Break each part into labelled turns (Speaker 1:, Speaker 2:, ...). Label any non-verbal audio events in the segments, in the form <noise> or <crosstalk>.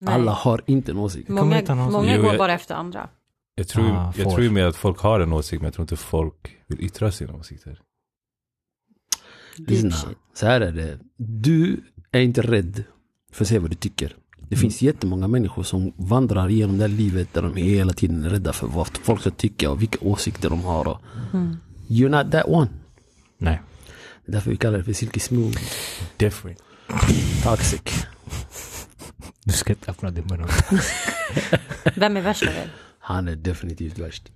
Speaker 1: Nej.
Speaker 2: Alla har inte en åsikt.
Speaker 1: Många,
Speaker 3: inte annonsen.
Speaker 1: många
Speaker 4: Jo,
Speaker 1: går
Speaker 4: jag-
Speaker 1: bara efter andra.
Speaker 4: Jag tror, ju-
Speaker 3: Ah,
Speaker 4: jag
Speaker 3: får.
Speaker 4: tror ju mer att folk har en åsikt, men jag tror inte folk vill yttra sina åsikter.
Speaker 1: Deep
Speaker 2: Lyssna,
Speaker 1: shit.
Speaker 2: så här är det. Du är inte rädd för att säga vad du tycker. Det
Speaker 1: Mm.
Speaker 2: finns jättemånga människor som vandrar genom det här livet där de hela tiden är rädda för vad folk ska tycka och vilka åsikter de har. och-
Speaker 1: Mm.
Speaker 2: You're not that one.
Speaker 3: Nej.
Speaker 2: Det är därför vi kallar det för silky smooth.
Speaker 3: Different.
Speaker 2: Toxic.
Speaker 3: Du ska inte öppna din
Speaker 2: Mm.
Speaker 3: mun.
Speaker 1: Vem är värst av er?
Speaker 2: Han är definitivt värst.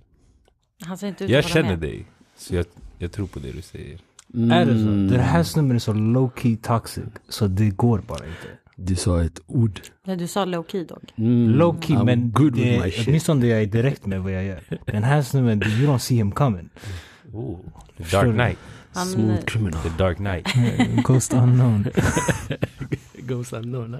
Speaker 1: Han ser inte ut
Speaker 4: Jag
Speaker 1: att hålla
Speaker 4: känner
Speaker 1: med.
Speaker 4: dig, så jag, jag tror på det du säger.
Speaker 2: Mm.
Speaker 3: Är det så? Den här snubben är så low key toxic. Så det går bara inte.
Speaker 2: Du sa ett ord. Mm.
Speaker 1: Nej, du sa low key dog.
Speaker 3: Low key
Speaker 2: I'm
Speaker 3: men
Speaker 2: good with
Speaker 3: det,
Speaker 2: my shit.
Speaker 3: åtminstone jag är direkt med vad jag gör. Den här snubben, you don't see him coming.
Speaker 4: Oh,
Speaker 3: Förstår
Speaker 4: dark
Speaker 3: du?
Speaker 4: night.
Speaker 1: Han,
Speaker 2: Smooth criminal.
Speaker 4: The dark <laughs> night.
Speaker 3: <laughs> Ghost unknown.
Speaker 2: Goes unknown. eh?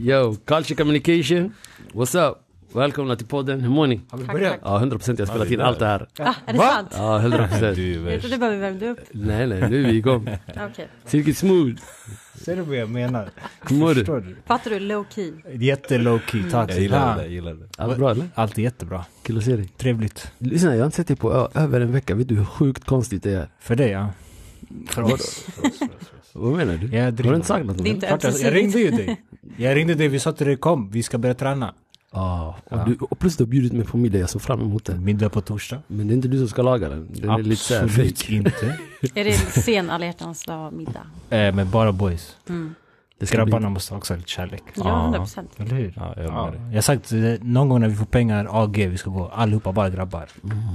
Speaker 2: Yo, Culture Communication. What's up? Välkomna till podden. Hur mår ni?
Speaker 1: Tack, tack.
Speaker 2: Ja, 100 procent. Jag har spelat in allt det här.
Speaker 1: Ah, är det
Speaker 3: Va?
Speaker 1: sant?
Speaker 2: Ja, 100 procent.
Speaker 4: Du är
Speaker 1: Jag
Speaker 4: värst.
Speaker 1: trodde bara vi värmde upp.
Speaker 2: Nej, nej, nu är vi igång.
Speaker 1: Okej.
Speaker 2: Cirkus Smooth.
Speaker 3: Ser du vad jag menar?
Speaker 2: Hur mår du?
Speaker 3: Förstår du?
Speaker 1: Fattar du? Low key.
Speaker 3: Jätte low key
Speaker 4: Jag
Speaker 3: toxic.
Speaker 4: gillar
Speaker 3: Ah,
Speaker 4: det, jag gillar det.
Speaker 2: Allt bra eller?
Speaker 3: Allt är jättebra.
Speaker 2: Kul att se dig.
Speaker 3: Trevligt.
Speaker 2: Lyssna, jag har inte sett dig på ö- över en vecka. Vet du hur sjukt konstigt det är?
Speaker 3: För dig ja. För oss.
Speaker 2: Vad menar du?
Speaker 3: Jag
Speaker 2: Har
Speaker 3: driver.
Speaker 2: du inte sagt något om
Speaker 1: Det är
Speaker 2: det?
Speaker 1: inte
Speaker 3: Klart, jag, jag
Speaker 1: ömsesidigt.
Speaker 3: ringde ju dig. Jag ringde dig, vi sa till dig kom, vi ska börja träna.
Speaker 2: Ja,
Speaker 3: Ja.
Speaker 2: och, du, och plus du har bjudit mig på middag. Jag såg fram emot det.
Speaker 3: Middag på torsdag.
Speaker 2: Men det är inte du som ska laga den. Den är lite såhär
Speaker 3: Absolut
Speaker 2: fake.
Speaker 3: inte.
Speaker 1: Är det sen alla hjärtans dag middag?
Speaker 3: Eh, men bara boys.
Speaker 2: Det ska bli-
Speaker 3: Grabbarna måste också ha lite kärlek.
Speaker 1: Ja,
Speaker 4: Ja.
Speaker 1: 100 procent.
Speaker 3: Eller hur?
Speaker 4: Ja, jag
Speaker 3: Ja,
Speaker 4: med dig.
Speaker 3: jag har sagt eh, någon gång när vi får pengar, AG, vi ska gå allihopa, bara grabbar.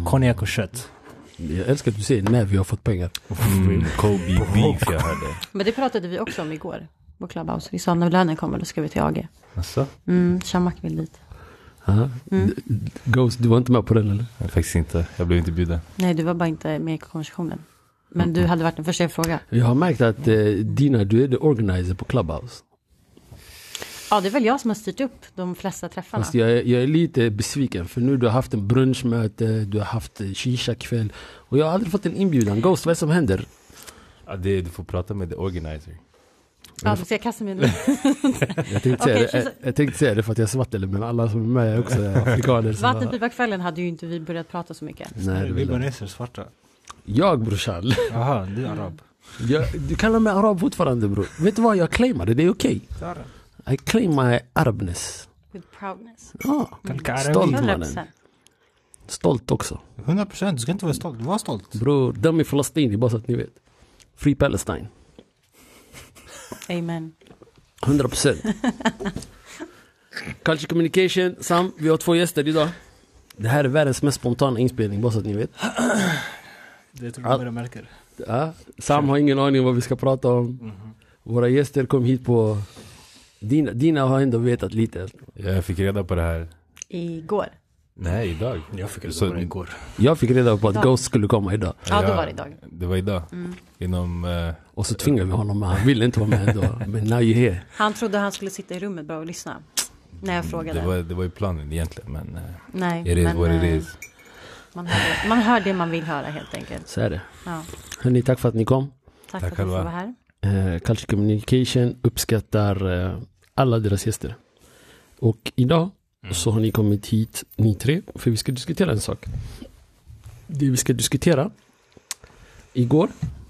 Speaker 3: Konjak och kött.
Speaker 2: Mm. Jag älskar att du säger när vi har fått pengar.
Speaker 4: Mm, Kobe beef jag hörde.
Speaker 1: Men det pratade vi också om igår. På Clubhouse. Vi sa när lönen kommer då ska vi till AG.
Speaker 4: Asså?
Speaker 1: Mm, Shamak vill dit. Mm.
Speaker 2: Ja. D- Ghost, du var inte med på den eller?
Speaker 4: Jag Faktiskt inte. Jag blev inte bjuden.
Speaker 1: Nej, du var bara inte med i konversationen. Men du hade varit den första jag frågade.
Speaker 2: Jag har märkt att eh, Dina, du är the organizer på Clubhouse.
Speaker 1: Ja, det är väl jag som har styrt upp de flesta träffarna.
Speaker 2: Fast jag, är- jag är lite besviken för nu du har haft en brunchmöte, du har haft eh, shisha-kväll och jag har aldrig fått en inbjudan. Ghost, vad är det som händer?
Speaker 4: Ja, det, du får prata med the organizer.
Speaker 1: Ja, du ska kasta mig
Speaker 4: <laughs>
Speaker 1: nu.
Speaker 2: Jag tänkte, säga,
Speaker 1: Okej,
Speaker 2: det, jag, jag tänkte säga det för att jag är svart eller men alla som är med är också afrikaner. så-
Speaker 1: Vattenpiparkvällen hade ju inte vi börjat prata så mycket.
Speaker 2: Nej, det är väl-
Speaker 3: Libaneser, svarta.
Speaker 2: jag brorsan. <laughs>
Speaker 3: Jaha, du är arab.
Speaker 2: Jag, du kallar mig arab fortfarande bror. Vet du vad, jag claimar det, det är okej. I claim my arabness.
Speaker 1: With proudness.
Speaker 2: Ja,
Speaker 3: Kalkarabi.
Speaker 2: Stolt.
Speaker 1: 100
Speaker 2: mannen. stolt också.
Speaker 3: 100% du ska inte vara stolt, var stolt.
Speaker 2: Bror, döm i Palestina, bara så att ni vet. Free Palestine.
Speaker 1: Amen.
Speaker 2: 100 procent. Culture Communication, Sam, vi har två gäster idag. Det här är världens mest spontana inspelning, bara så att ni vet.
Speaker 3: Det tror
Speaker 2: Ja.
Speaker 3: jag börjar märka.
Speaker 2: Ja, Sam har ingen aning om vad vi ska prata om. Mm-hmm. Våra gäster kom hit på... Dina, dina har ändå vetat lite.
Speaker 4: Jag fick reda på det här.
Speaker 1: Igår.
Speaker 4: Nej, idag.
Speaker 3: Jag fick
Speaker 4: Så-
Speaker 3: reda på det igår.
Speaker 2: Jag fick reda på
Speaker 1: Ja.
Speaker 2: att Ghost skulle komma idag.
Speaker 1: Ja, det var det idag. Mm.
Speaker 4: Det var idag. Inom... eh,
Speaker 2: Och så tvingade vi honom, men han ville inte vara med <laughs> ändå. Men now you're here.
Speaker 1: Han trodde han skulle sitta i rummet bara och lyssna. När jag frågade.
Speaker 4: Mm, det, var, det var ju planen egentligen, men... eh,
Speaker 1: Nej,
Speaker 4: It is
Speaker 1: men
Speaker 4: what it
Speaker 1: eh,
Speaker 4: is.
Speaker 1: Man, hör, man hör det man vill höra helt enkelt.
Speaker 2: Så är det.
Speaker 1: Ja,
Speaker 2: Hörni, tack för att ni kom.
Speaker 1: tack, för att du
Speaker 4: själva.
Speaker 1: får vara här.
Speaker 2: Eh, Culture Communication uppskattar eh, alla deras gäster. Och idag så har ni kommit hit, ni tre, för vi ska diskutera en sak. Det vi ska diskutera, igår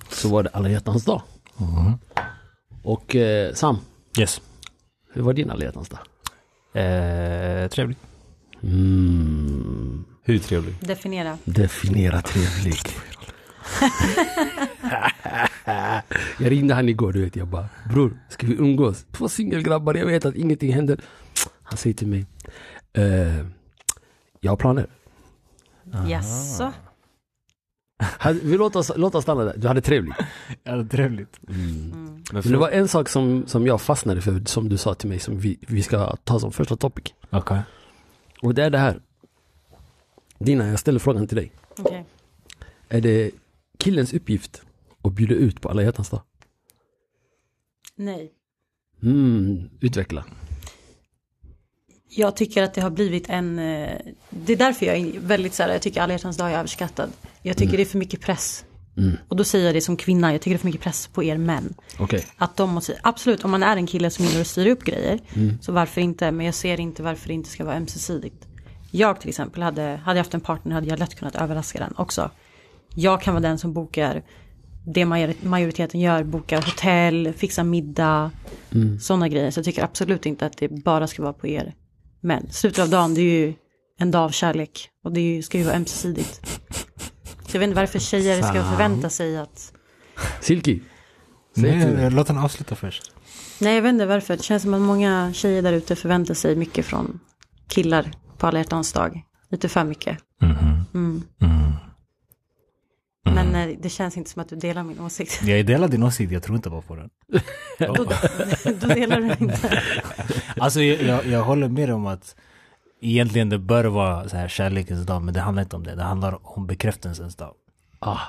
Speaker 2: så var det alla hjärtans dag. Och eh, Sam,
Speaker 3: Yes.
Speaker 2: hur var din alla hjärtans dag?
Speaker 3: Eh, trevligt.
Speaker 2: Mm,
Speaker 4: Hur trevlig?
Speaker 1: Definiera.
Speaker 2: definiera trevlig. <laughs> jag ringde han igår, du vet, jag bara bror, ska vi umgås? Två singelgrabbar, jag vet att ingenting händer. Han säger till mig, eh, jag har planer.
Speaker 1: Jaså?
Speaker 2: Han, vi låt, oss, låt oss stanna där, du hade trevligt.
Speaker 3: Ja, trevligt.
Speaker 4: Men
Speaker 2: Men det var en sak som, som jag fastnade för, som du sa till mig, som vi, vi ska ta som första topic.
Speaker 3: Okej.
Speaker 2: Och det är det här. Dina, jag ställer frågan till dig.
Speaker 1: Okej.
Speaker 2: Är det killens uppgift att bjuda ut på alla hjärtans dag?
Speaker 1: Nej.
Speaker 2: Mm, utveckla.
Speaker 1: Jag tycker att det har blivit en... eh, Det är därför jag är väldigt så här, jag tycker alla hjärtans dag är överskattad. Jag
Speaker 4: Mm.
Speaker 1: tycker det är för mycket press. Och då säger jag det som kvinna, jag tycker det är för mycket press på er män.
Speaker 2: Okej.
Speaker 1: Att de måste, absolut, om man är en kille som gillar att styra upp grejer, så varför inte? Men jag ser inte varför det inte ska vara ömsesidigt. Jag till exempel, hade, hade jag haft en partner hade jag lätt kunnat överraska den också. Jag kan vara den som bokar det major- majoriteten gör, bokar hotell, fixar middag, sådana grejer. Så jag tycker absolut inte att det bara ska vara på er. Men slutet av dagen, det är ju en dag av kärlek och det är ju, ska ju vara ömsesidigt. Så jag vet inte varför tjejer ska förvänta sig att
Speaker 2: Silky. Säg till mig.
Speaker 3: Nej, låt han avsluta först.
Speaker 1: Nej, jag vet inte varför. Det känns som att många tjejer där ute förväntar sig mycket från killar på alla hjärtans dag. Lite för mycket. Mm. Men eh, det känns inte som att du delar min åsikt. <laughs>
Speaker 3: Jag delar din åsikt, jag tror inte bara på <laughs> den.
Speaker 1: Då, då delar du inte.
Speaker 3: Alltså jag, jag, jag håller med dig om att egentligen det bör vara så här kärlekens dag, men det handlar inte om det. Det handlar om bekräftelsens dag.
Speaker 2: Ah,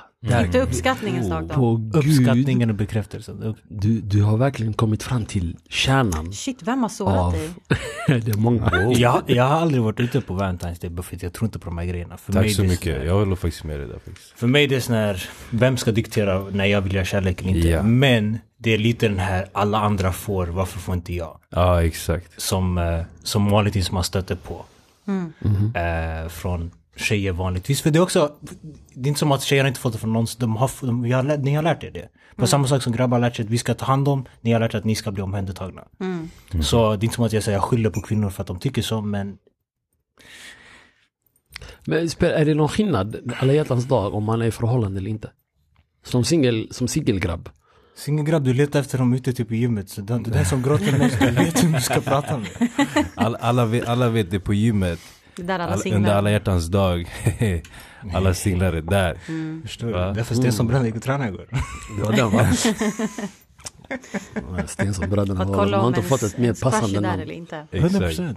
Speaker 1: Inte uppskattningens dag då.
Speaker 2: på gud.
Speaker 3: Uppskattningen och bekräftelsen. Upp-
Speaker 2: Du, du har verkligen kommit fram till kärnan.
Speaker 1: Shit, vem har sårat
Speaker 2: Av.
Speaker 1: dig?
Speaker 2: <laughs> det är många.
Speaker 4: Oh.
Speaker 3: Jag, jag har aldrig varit ute på Valentine's Day, bara för att jag tror inte på de här grejerna. För
Speaker 4: Tack
Speaker 3: mig
Speaker 4: så
Speaker 3: det är
Speaker 4: mycket. Jag håller faktiskt med dig där faktiskt.
Speaker 3: För mig det är sån här, vem ska diktera när jag vill ha kärlek eller inte?
Speaker 4: Ja.
Speaker 3: Men det är lite den här, alla andra får, varför får inte jag?
Speaker 4: Ja, exakt.
Speaker 3: Som, eh, som vanligtvis man stöter på. Eh, från tjejer vanligtvis. För det är också, det är inte som att tjejer inte fått det från någon, de har, de, vi har, lä- ni har lärt er det. På samma sak som grabbar har lärt sig att vi ska ta hand om, ni har lärt er att ni ska bli omhändertagna. Mm. Så det är inte som att jag säger jag skyller på kvinnor för att de tycker så, men
Speaker 2: Men spe- är det någon skillnad, alla hjärtans dag, om man är i förhållande eller inte? Som singel, som singelgrabb.
Speaker 3: Singelgrabb, du letar efter dem ute typ i gymmet. Så den, den som gråter mest, du vet vem du ska prata med.
Speaker 4: All, alla, vet, alla vet det på gymmet.
Speaker 1: Det där alla
Speaker 4: All, under alla
Speaker 1: singlar.
Speaker 4: hjärtans dag. <laughs> alla singlar är där.
Speaker 1: Mm.
Speaker 3: Förstår du? Därför Stensson Bröder gick och tränade igår.
Speaker 2: Det var den va? <laughs> Ja, Stenssonbröderna
Speaker 1: För
Speaker 2: har,
Speaker 1: att
Speaker 2: de
Speaker 1: kolla
Speaker 2: har
Speaker 1: om
Speaker 2: inte fått ett mer
Speaker 1: ens crush
Speaker 2: passande
Speaker 1: är där eller
Speaker 2: namn.
Speaker 1: inte.
Speaker 4: Exakt.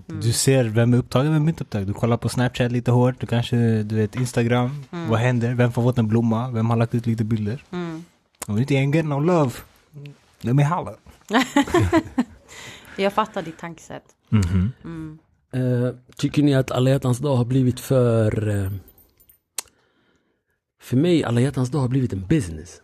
Speaker 3: 100%. Du ser vem är upptagen, vem är inte upptagen. Du kollar på Snapchat lite hårt, du kanske, du vet, Instagram. Vad händer? Vem har fått en blomma? Vem har lagt ut lite bilder?
Speaker 1: Mm.
Speaker 3: Om du inte är en get no love, de är hallen.
Speaker 1: Jag fattar ditt tankesätt.
Speaker 3: mm
Speaker 1: Mm.
Speaker 2: Eh, tycker ni att alla hjärtans dag har blivit för... eh, för mig, alla hjärtans dag har blivit en business.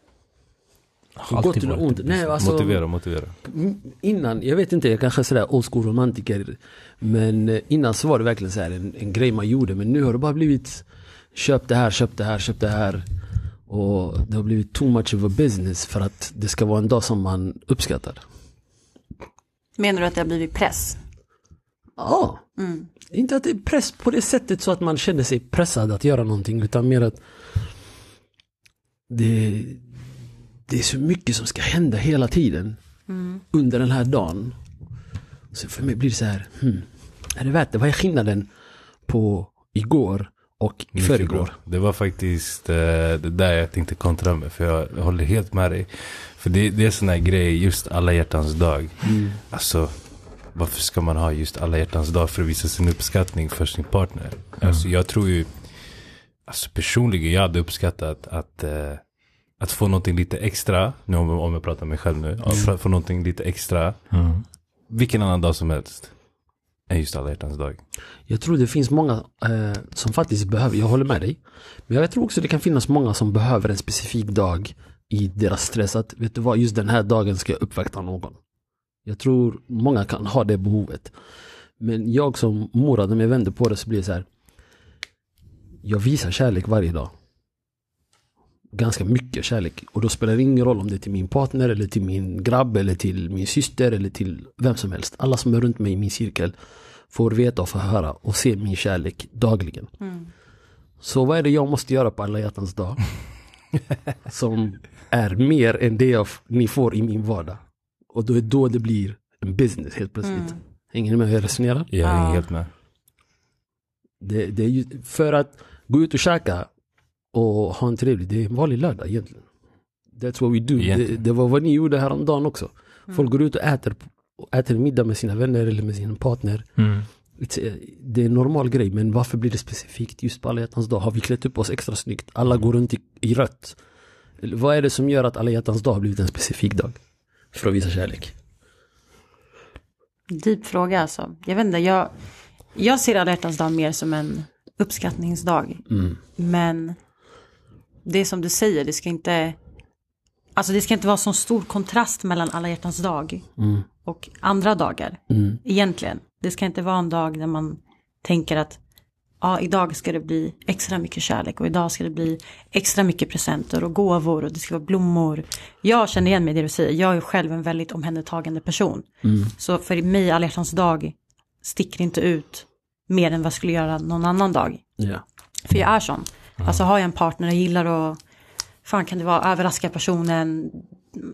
Speaker 2: På gott eller ont. Nej, alltså,
Speaker 4: Motivera, motivera.
Speaker 2: Mm, Innan, jag vet inte, jag kanske är sådär old school romantiker. Men eh, innan så var det verkligen så här en, en grej man gjorde. Men nu har det bara blivit köp det här, köp det här, köp det här. Och det har blivit too much of a business för att det ska vara en dag som man uppskattar.
Speaker 1: Menar du att det har blivit press?
Speaker 2: Ja, inte att det är press på det sättet så att man känner sig pressad att göra någonting. Utan mer att det, det är så mycket som ska hända hela tiden under den här dagen. Så för mig blir det så här, hmm, är det värt det? Vad är skillnaden på igår och i
Speaker 4: Mycket
Speaker 2: förrgår?
Speaker 4: bra. Det var faktiskt eh, det där jag tänkte kontra med. För jag håller helt med dig. För det, det är sån här grej, just alla hjärtans dag. Alltså, varför ska man ha just alla hjärtans dag för att visa sin uppskattning för sin partner? Alltså jag tror ju, alltså personligen, jag hade uppskattat att eh, att få någonting lite extra, nu om, om jag pratar med mig själv nu, att få, få någonting lite extra, vilken annan dag som helst, än just alla hjärtans dag.
Speaker 2: Jag tror det finns många eh, som faktiskt behöver, jag håller med dig. Men jag tror också det kan finnas många som behöver en specifik dag i deras stress. Att vet du vad, just den här dagen ska jag uppvakta någon. Jag tror många kan ha det behovet. Men jag som morad, om jag vänder på det så blir det så här. Jag visar kärlek varje dag. Ganska mycket kärlek. Och då spelar det ingen roll om det är till min partner eller till min grabb eller till min syster eller till vem som helst. Alla som är runt mig i min cirkel får veta och få höra och se min kärlek dagligen. Så vad är det jag måste göra på alla hjärtans dag? som är mer än det jag f- ni får i min vardag. Och då är då det blir en business helt plötsligt. Hänger ni med hur jag resonerar?
Speaker 4: Jag
Speaker 1: Ja.
Speaker 4: är helt med.
Speaker 2: Det, det är ju för att gå ut och käka och ha en trevlig, det är en vanlig lördag egentligen. That's what we do. Det,
Speaker 4: Egentligen.
Speaker 2: det var vad ni gjorde häromdagen också.
Speaker 1: Mm.
Speaker 2: Folk går ut och äter, och äter middag med sina vänner eller med sin partner. It's, eh, Det är en normal grej, men varför blir det specifikt just på alla hjärtans dag? Har vi klätt upp oss extra snyggt? Alla går runt i, i rött. Eller Vad är det som gör att alla hjärtans dag har blivit en specifik dag? För att visa kärlek.
Speaker 1: Deep fråga alltså. Jag vet inte, jag, Jag ser alla hjärtans dag mer som en uppskattningsdag. Men det är som du säger, det ska inte, alltså det ska inte vara sån stor kontrast mellan alla hjärtans dag och andra dagar. Egentligen, det ska inte vara en dag där man tänker att ja, idag ska det bli extra mycket kärlek och idag ska det bli extra mycket presenter och gåvor och det ska vara blommor. Jag känner igen mig i det du säger, jag är själv en väldigt omhändertagande person. Så för mig, alla hjärtans dag, sticker inte ut mer än vad jag skulle göra någon annan dag.
Speaker 2: Ja.
Speaker 1: För jag är sån. Alltså har jag en partner, jag gillar att, fan kan det vara, överraska personen.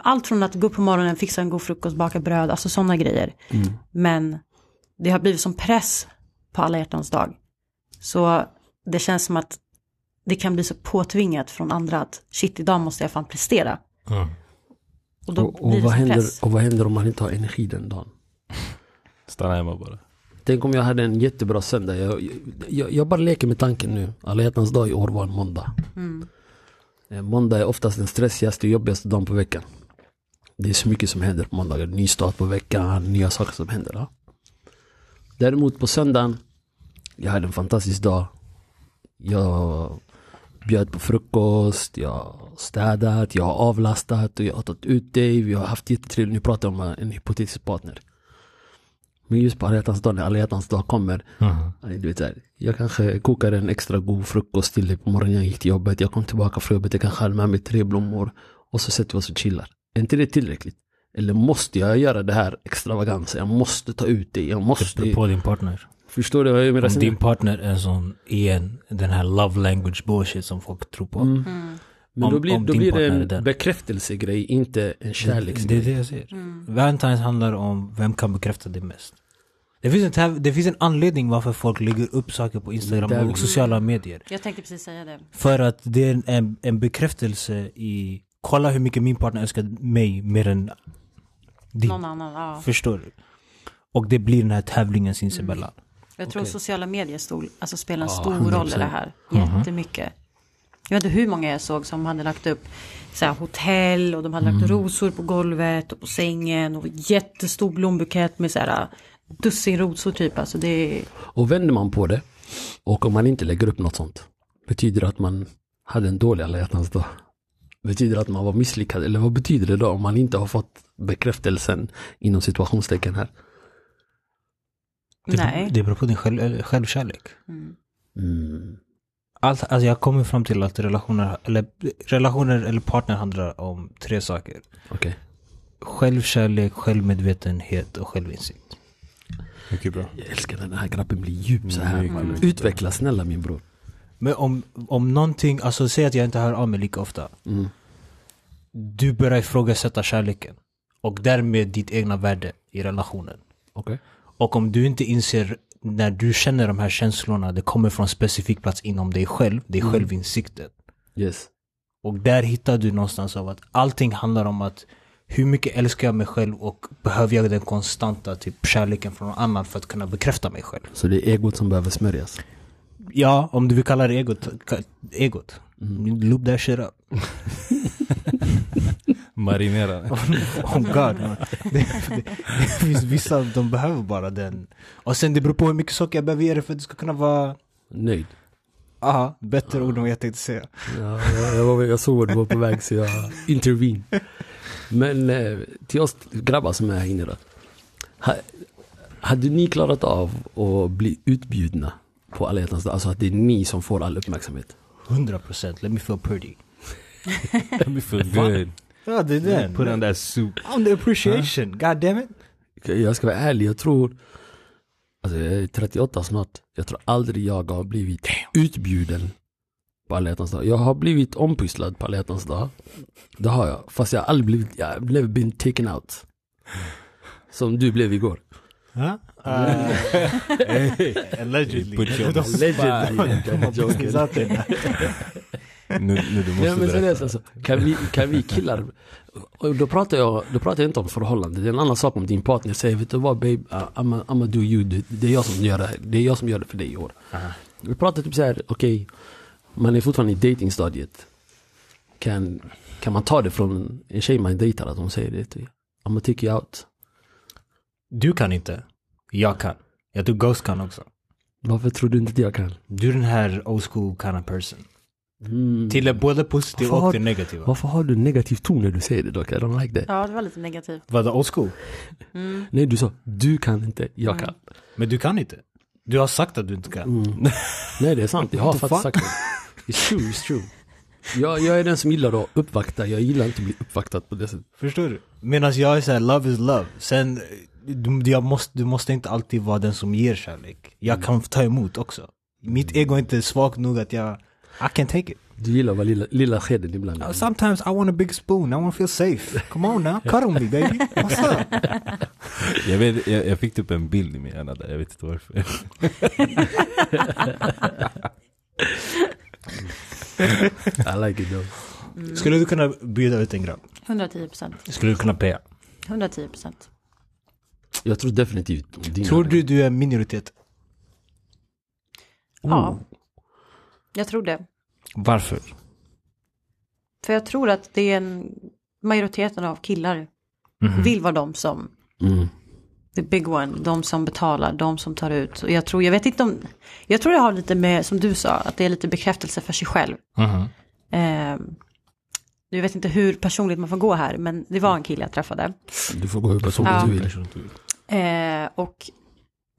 Speaker 1: Allt från att gå upp på morgonen, fixa en god frukost, baka bröd, alltså sådana grejer.
Speaker 2: Mm.
Speaker 1: Men det har blivit som press på alla hjärtans dag. Så det känns som att det kan bli så påtvingat från andra att shit, idag måste jag fan prestera.
Speaker 3: Mm.
Speaker 1: Och då
Speaker 2: Och,
Speaker 1: blir
Speaker 2: och,
Speaker 1: det
Speaker 2: vad
Speaker 1: som
Speaker 2: händer,
Speaker 1: press.
Speaker 2: och vad händer om man inte har energi den dagen?
Speaker 4: Stanna hemma bara.
Speaker 2: Tänk om jag hade en jättebra söndag. Jag, jag, jag bara leker med tanken nu. Alla hjärtans dag i år var en måndag. Eh, Måndag är oftast den stressigaste och jobbigaste dagen på veckan. Det är så mycket som händer på måndagar. Ny start på veckan, nya saker som händer. Ja. Däremot på söndagen, jag hade en fantastisk dag. Jag bjöd på frukost, jag har städat, jag har avlastat och jag har tagit ut dig. Vi har haft jättetrevligt. Nu pratar jag om eh, en hypotetisk partner. Men just på alla hjärtans dag, när alla hjärtans dag kommer.
Speaker 3: Mm.
Speaker 2: eh, Du vet, så här, jag kanske kokade en extra god frukost till dig på morgonen. Jag gick till jobbet, jag kom tillbaka från jobbet. Jag kanske hade med mig tre blommor. Och så sätter vi oss och chillar. Är inte det tillräckligt? Eller måste jag göra det här extravagansen? Jag måste ta ut det. Jag måste...
Speaker 3: På din partner.
Speaker 2: Förstår du vad jag menar?
Speaker 3: Om din partner är en sån, igen, den här love language bullshit som folk tror på.
Speaker 2: Men då
Speaker 3: om-
Speaker 2: blir,
Speaker 3: om
Speaker 2: då
Speaker 3: din
Speaker 2: blir det
Speaker 3: partner är
Speaker 2: en
Speaker 3: den.
Speaker 2: bekräftelsegrej, inte en kärleksgrej.
Speaker 3: Liksom. Det är det jag säger. Valentine's handlar om vem kan bekräfta det mest. Det finns, en, täv- det finns en anledning varför folk lägger upp saker på Instagram och sociala medier.
Speaker 1: Jag tänkte precis säga det.
Speaker 3: För att det är en, en bekräftelse i, kolla hur mycket min partner älskar mig mer än din.
Speaker 1: Någon annan, ja.
Speaker 3: Förstår du? Och det blir den här tävlingen
Speaker 1: Mm.
Speaker 3: sinsemellan.
Speaker 1: Jag tror sociala medier stod, alltså spelar en
Speaker 3: Ah,
Speaker 1: stor roll i det här.
Speaker 3: Mhm.
Speaker 1: Jättemycket. Jag vet inte hur många jag såg som hade lagt upp så här, hotell och de hade
Speaker 3: Mm.
Speaker 1: lagt rosor på golvet och på sängen och jättestor blombukett med så här äh, dussin rosor typ. Alltså det är
Speaker 2: Och vänder man på det, och om man inte lägger upp något sånt, betyder det att man hade en dålig alla hjärtans dag? Betyder det att man var misslyckad? Eller vad betyder det då om man inte har fått bekräftelsen inom situationstecken här?
Speaker 3: Det,
Speaker 1: Nej.
Speaker 3: det beror på din själv, eller självkärlek.
Speaker 2: Mm.
Speaker 3: Allt, alltså jag kommer fram till att relationer eller, relationer eller partner handlar om tre saker.
Speaker 2: Okej.
Speaker 3: Självkärlek, självmedvetenhet och självinsikt.
Speaker 4: Mycket bra.
Speaker 2: Jag älskar när den här grabben blir djup så här. Utveckla snälla min bror.
Speaker 3: Men om, om någonting, alltså säg att jag inte hör av mig lika ofta.
Speaker 2: Mm.
Speaker 3: Du börjar ifrågasätta kärleken. Och därmed ditt egna värde i relationen.
Speaker 2: Okej.
Speaker 3: Och om du inte inser när du känner de här känslorna, det kommer från en specifik plats inom dig själv, det är självinsikten.
Speaker 2: Yes.
Speaker 3: Och där hittar du någonstans av att allting handlar om att hur mycket älskar jag mig själv och behöver jag den konstanta typ kärleken från någon annan för att kunna bekräfta mig själv?
Speaker 2: Så det är egot som behöver smörjas.
Speaker 3: Ja, om du vill kalla det egot. ka- egot. Loop that shit up.
Speaker 4: <laughs> Marinera.
Speaker 3: Oh god. man. Det, det, det finns vissa, de behöver bara den. Och sen det beror på hur mycket socker jag behöver ge dig för att du ska kunna vara,
Speaker 2: Nöjd.
Speaker 3: aha, bättre ord än vad jag tänkte säga.
Speaker 2: Ja, jag, jag, var, jag såg vad du var på väg så jag intervene. Men eh, till oss grabbar som är här inne då. Ha, hade ni klarat av att bli utbjudna på alla hjärtans dag? Alltså att det är ni som får all uppmärksamhet.
Speaker 3: 100% let me feel pretty.
Speaker 4: Let me feel good.
Speaker 3: Ja, det är den.
Speaker 4: Put on that <laughs> soup.
Speaker 3: On the appreciation, god damn it.
Speaker 2: Jag ska vara ärlig, jag tror Alltså jag är 38 snart. Jag tror aldrig jag har blivit utbjuden på alla hjärtans dag. Jag har blivit ompysslad på alla hjärtans dag. Det har jag. Fast jag har aldrig blivit, jag har never been taken out. Som du blev igår.
Speaker 3: Huh? Uh, allegedly.
Speaker 4: Put
Speaker 3: <laughs>
Speaker 2: <laughs>
Speaker 4: your-
Speaker 3: Don't- He's out there.
Speaker 4: Nu, nu du
Speaker 2: Nej, men
Speaker 4: måste
Speaker 2: seriöst,
Speaker 4: berätta.
Speaker 2: alltså, kan, vi, kan vi killar, och då pratar, jag, då pratar jag inte om förhållande, det är en annan sak om din partner säger vet du vad babe, uh, I'm, a- I'm a do you, det, det, är jag som gör det, här. det är jag som gör det för dig i år. Vi pratar typ såhär, okej, man är fortfarande i datingstadiet. Kan, kan man ta det från en tjej man dejtar att hon säger det till I'm gonna take you out.
Speaker 3: Du kan inte. Jag kan. Jag tror Ghost kan också.
Speaker 2: Varför tror du inte att jag kan?
Speaker 3: Du är den här old school kind of person.
Speaker 2: Mm.
Speaker 3: Till det både positiva
Speaker 2: Varför har-
Speaker 3: och det negativa.
Speaker 2: Varför har du negativ ton när du säger det dock? I don't like that.
Speaker 1: Ja, det var lite negativt.
Speaker 3: Vadå old school?
Speaker 1: Mm.
Speaker 2: Nej, du sa du kan inte, jag
Speaker 1: Mm.
Speaker 2: kan.
Speaker 3: Men du kan inte. Du har sagt att du inte kan.
Speaker 2: Mm. Nej, det är sant. Jag har
Speaker 3: What the
Speaker 2: faktiskt
Speaker 3: fuck?
Speaker 2: sagt det. It's true, it's true. Jag, jag är den som gillar att uppvakta. Jag gillar inte att bli uppvaktad på det sättet.
Speaker 3: Förstår du? Medan jag är såhär, love is love. Sen, eh, du, jag måste, du måste inte alltid vara den som ger kärlek. Jag kan ta emot också. Mitt ego är inte svagt nog att jag, I can take it.
Speaker 2: Du gillar att vara lilla, lilla skeden ibland.
Speaker 3: Uh, Sometimes I want a big spoon, I want to feel safe. Come on now, cuddle me <laughs> baby. What's up?
Speaker 4: Jag, vet, jag, jag fick typ en bild i min hjärna där, jag vet inte varför.
Speaker 2: I like it though.
Speaker 3: Skulle du kunna bjuda ut en grabb?
Speaker 1: 110 procent.
Speaker 3: Skulle du kunna pea?
Speaker 1: 110 procent.
Speaker 2: Jag tror definitivt dina.
Speaker 3: Tror du du är minoritet?
Speaker 1: Ja. Jag tror det.
Speaker 3: Varför?
Speaker 1: För jag tror att det är en majoriteten av killar vill vara de som
Speaker 2: Mm.
Speaker 1: the big one, de som betalar, de som tar ut. Och jag tror, jag vet inte om, jag tror jag har lite med, som du sa, att det är lite bekräftelse för sig själv. Ehm, nu vet inte hur personligt man får gå här, men det var en kille jag träffade.
Speaker 2: Du får gå hur personligt
Speaker 1: Ja.
Speaker 2: du vill.
Speaker 1: Eh, och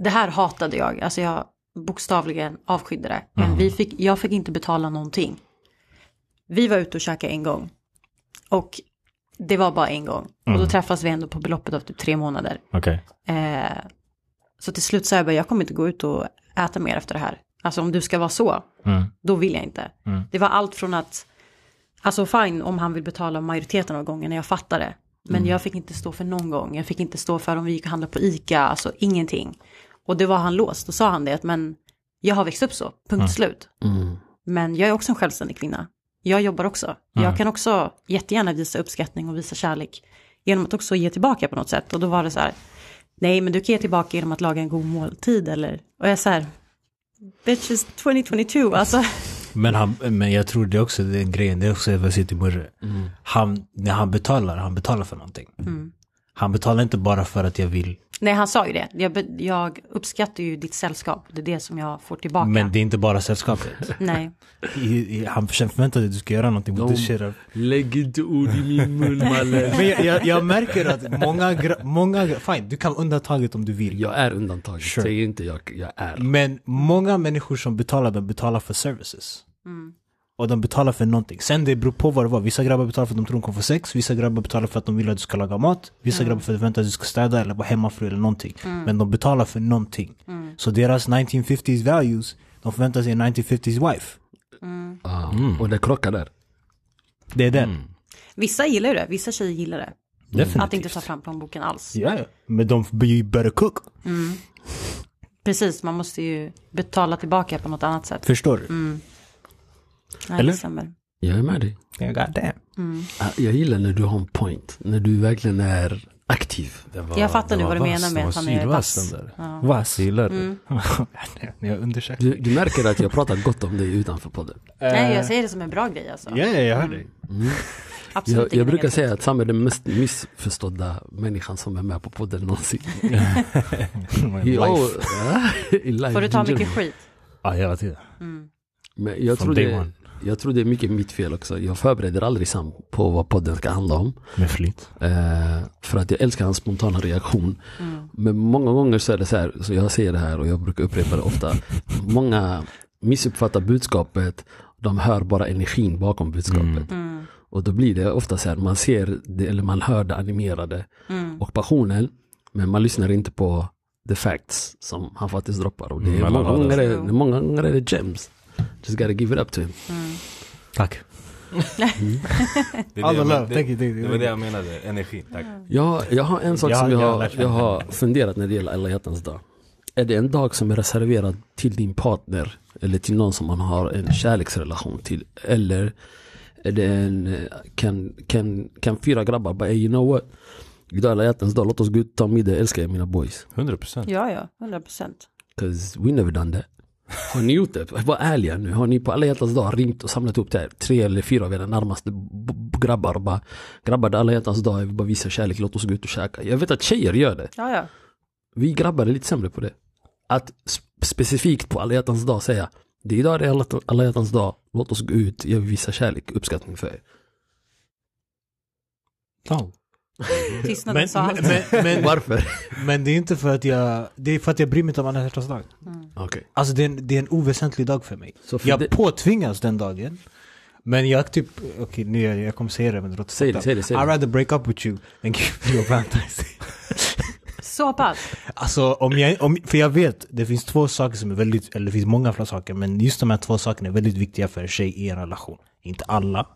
Speaker 1: det här hatade jag, alltså jag bokstavligen avskydde det. Men vi fick, jag fick inte betala någonting. Vi var ute och käkade en gång. Och det var bara en gång. Och då träffas vi ändå på beloppet av typ tre månader.
Speaker 4: Okej.
Speaker 1: Eh, så till slut sa jag bara, jag kommer inte gå ut och äta mer efter det här. Alltså om du ska vara så, då vill jag inte. Det var allt från att, alltså fine om han vill betala majoriteten av gångerna, jag fattar det. Men jag fick inte stå för någon gång, jag fick inte stå för om vi gick och handlade på ICA, alltså ingenting. Och det var han låst, då sa han det att men jag har växt upp så, punkt slut.
Speaker 2: Mm.
Speaker 1: Men jag är också en självständig kvinna. Jag jobbar också. Jag kan också jättegärna visa uppskattning och visa kärlek genom att också ge tillbaka på något sätt. Och då var det så här, nej men du kan ge tillbaka genom att laga en god måltid eller, och jag så här, bitches 2022, alltså.
Speaker 3: Men, han, men jag tror det också, det är en grej, det är också vad jag säger till Murre. Han, när han betalar, han betalar för någonting. Han betalar inte bara för att jag vill,
Speaker 1: Nej han sa ju det, jag, be- jag uppskattar ju ditt sällskap, det är det som jag får tillbaka.
Speaker 3: men det är inte bara sällskapet.
Speaker 1: Nej,
Speaker 3: I, i, han förväntar sig att du ska göra någonting, men du
Speaker 2: De-
Speaker 3: ser
Speaker 2: Lägg inte ord i min mun, Malle.
Speaker 3: Men jag, jag, jag märker att många, gra- många, gra- fine, du kan undantaget om du vill.
Speaker 2: Jag är undantaget.
Speaker 3: Sure.
Speaker 2: Säg inte jag, jag är.
Speaker 3: Men många människor som betalar, de betalar för services.
Speaker 1: Mm.
Speaker 3: Och de betalar för någonting. Sen det beror på vad det var. Vissa grabbar betalar för att de tror de kommer få sex, vissa grabbar betalar för att de vill att du ska laga mat, vissa
Speaker 1: Mm.
Speaker 3: grabbar för att de väntar att du ska städa eller vara hemmafru eller någonting. Men de betalar för någonting.
Speaker 1: Mm.
Speaker 3: Så deras 1950s values, de förväntar sig en 1950s wife.
Speaker 2: Ah. Och det krockar där.
Speaker 3: Det är den.
Speaker 1: vissa gillar ju det, vissa tjejer gillar det.
Speaker 3: Definitivt.
Speaker 1: Att inte ta fram plånboken alls.
Speaker 3: Ja, ja. Men de blir better cook.
Speaker 1: Precis, man måste ju betala tillbaka på något annat sätt.
Speaker 3: Förstår du?
Speaker 1: Mm. Nej,
Speaker 3: eller?
Speaker 1: det stämmer.
Speaker 2: Jag är med dig.
Speaker 3: Mm. God damn.
Speaker 2: Ah, Jag gillar när du har en point. När du verkligen är aktiv.
Speaker 4: Den var-
Speaker 1: Jag fattar
Speaker 4: den
Speaker 1: nu
Speaker 4: var
Speaker 1: vad du menar
Speaker 4: vass,
Speaker 1: med
Speaker 4: den
Speaker 1: att
Speaker 4: var
Speaker 1: han är
Speaker 4: sylvass,
Speaker 1: vass.
Speaker 4: den där.
Speaker 1: Ja. Mm.
Speaker 4: Vass. Jag gillar
Speaker 3: <laughs>
Speaker 4: det.
Speaker 3: jag undersöker.
Speaker 2: Du, du märker att jag pratar gott om dig utanför podden.
Speaker 1: Nej, jag säger det som en bra grej alltså.
Speaker 3: Eh, Ja, ja, jag
Speaker 1: <laughs>
Speaker 3: hör dig.
Speaker 1: Absolut
Speaker 2: Jag, jag
Speaker 1: ingen
Speaker 2: brukar
Speaker 1: negativ.
Speaker 2: säga att Sam är den mest missförstådda människan som är med på podden någonsin.
Speaker 1: Mm.
Speaker 2: <laughs>
Speaker 3: Life.
Speaker 1: Får du ta mycket skit?
Speaker 3: Ja, hela tiden.
Speaker 2: Men jag
Speaker 3: From
Speaker 2: tror,
Speaker 3: day
Speaker 2: det,
Speaker 3: one.
Speaker 2: jag tror det är mycket mitt fel också. Jag förbereder aldrig Sam på vad podden ska handla om.
Speaker 3: Med flit.
Speaker 2: Eh, för att jag älskar hans spontana reaktion. Men många gånger så är det så här, så jag säger det här och jag brukar upprepa det ofta. Många missuppfattar budskapet, de hör bara energin bakom budskapet. Och då blir det ofta så här, man ser det, eller man hör det animerade och passionen, men man lyssnar inte på the facts som han faktiskt droppar. Och det är
Speaker 4: Mm,
Speaker 2: många,
Speaker 4: mellan
Speaker 2: gånger är,
Speaker 1: raderna.
Speaker 2: många gånger är det gems. Just gotta give it up to him.
Speaker 3: Tack.
Speaker 4: Det är
Speaker 3: All
Speaker 4: det jag
Speaker 3: the
Speaker 4: men-
Speaker 3: love.
Speaker 4: det-
Speaker 3: Thank you, thank you.
Speaker 4: Det var det jag menade, energin. Tack.
Speaker 1: Mm.
Speaker 2: Ja, jag har en sak
Speaker 3: Ja,
Speaker 2: som jag,
Speaker 3: jag
Speaker 2: har,
Speaker 3: lär känna.
Speaker 2: jag har funderat när det gäller alla hjärtans dag. Är det en dag som är reserverad till din partner eller till någon som man har en kärleksrelation till? Eller är det en, eh, kan, kan, kan fyra grabbar bara, hey, you know what? Idag är alla hjärtans dag, låt oss gå ut och ta middag, jag älskar er mina boys.
Speaker 4: 100 procent.
Speaker 1: Ja, ja, 100 procent.
Speaker 2: 'Cause we never done that. Har ni gjort det? Var ärliga nu. Har ni på alla hjärtans dag ringt och samlat upp det här? Tre eller fyra av era närmaste b- b- grabbar och bara Grabbar, det är alla hjärtans dag, jag vill bara visa kärlek, låt oss gå ut och käka. Jag vet att tjejer gör det.
Speaker 1: Ja, ja.
Speaker 2: Vi grabbar är lite sämre på det. att sp- specifikt på alla hjärtans dag säga det är idag det är alla- alla hjärtans dag, låt oss gå ut, jag vill visa kärlek och uppskattning för er.
Speaker 3: No.
Speaker 1: Tystnaden
Speaker 3: Men,
Speaker 1: sa
Speaker 3: men,
Speaker 1: allt.
Speaker 2: <laughs>
Speaker 3: men, men,
Speaker 2: Varför?
Speaker 3: men det är inte för att jag, det är för att jag bryr mig inte om alla hjärtans dag.
Speaker 2: Okej.
Speaker 3: Alltså det är, en, det är en oväsentlig dag för mig.
Speaker 2: Så för
Speaker 3: jag
Speaker 2: det-
Speaker 3: påtvingas den dagen. Men jag typ, okej nu jag, jag kommer säga det men det låter
Speaker 2: Säg det,
Speaker 3: fucked up.
Speaker 2: säg det, säg det.
Speaker 3: I'd rather break up with you than give you a <laughs> Valentine's Day.
Speaker 1: Så pass.
Speaker 3: Alltså om jag, om, för jag vet, det finns två saker som är väldigt, eller det finns många fler saker, men just de här två sakerna är väldigt viktiga för en tjej i en relation. Inte alla.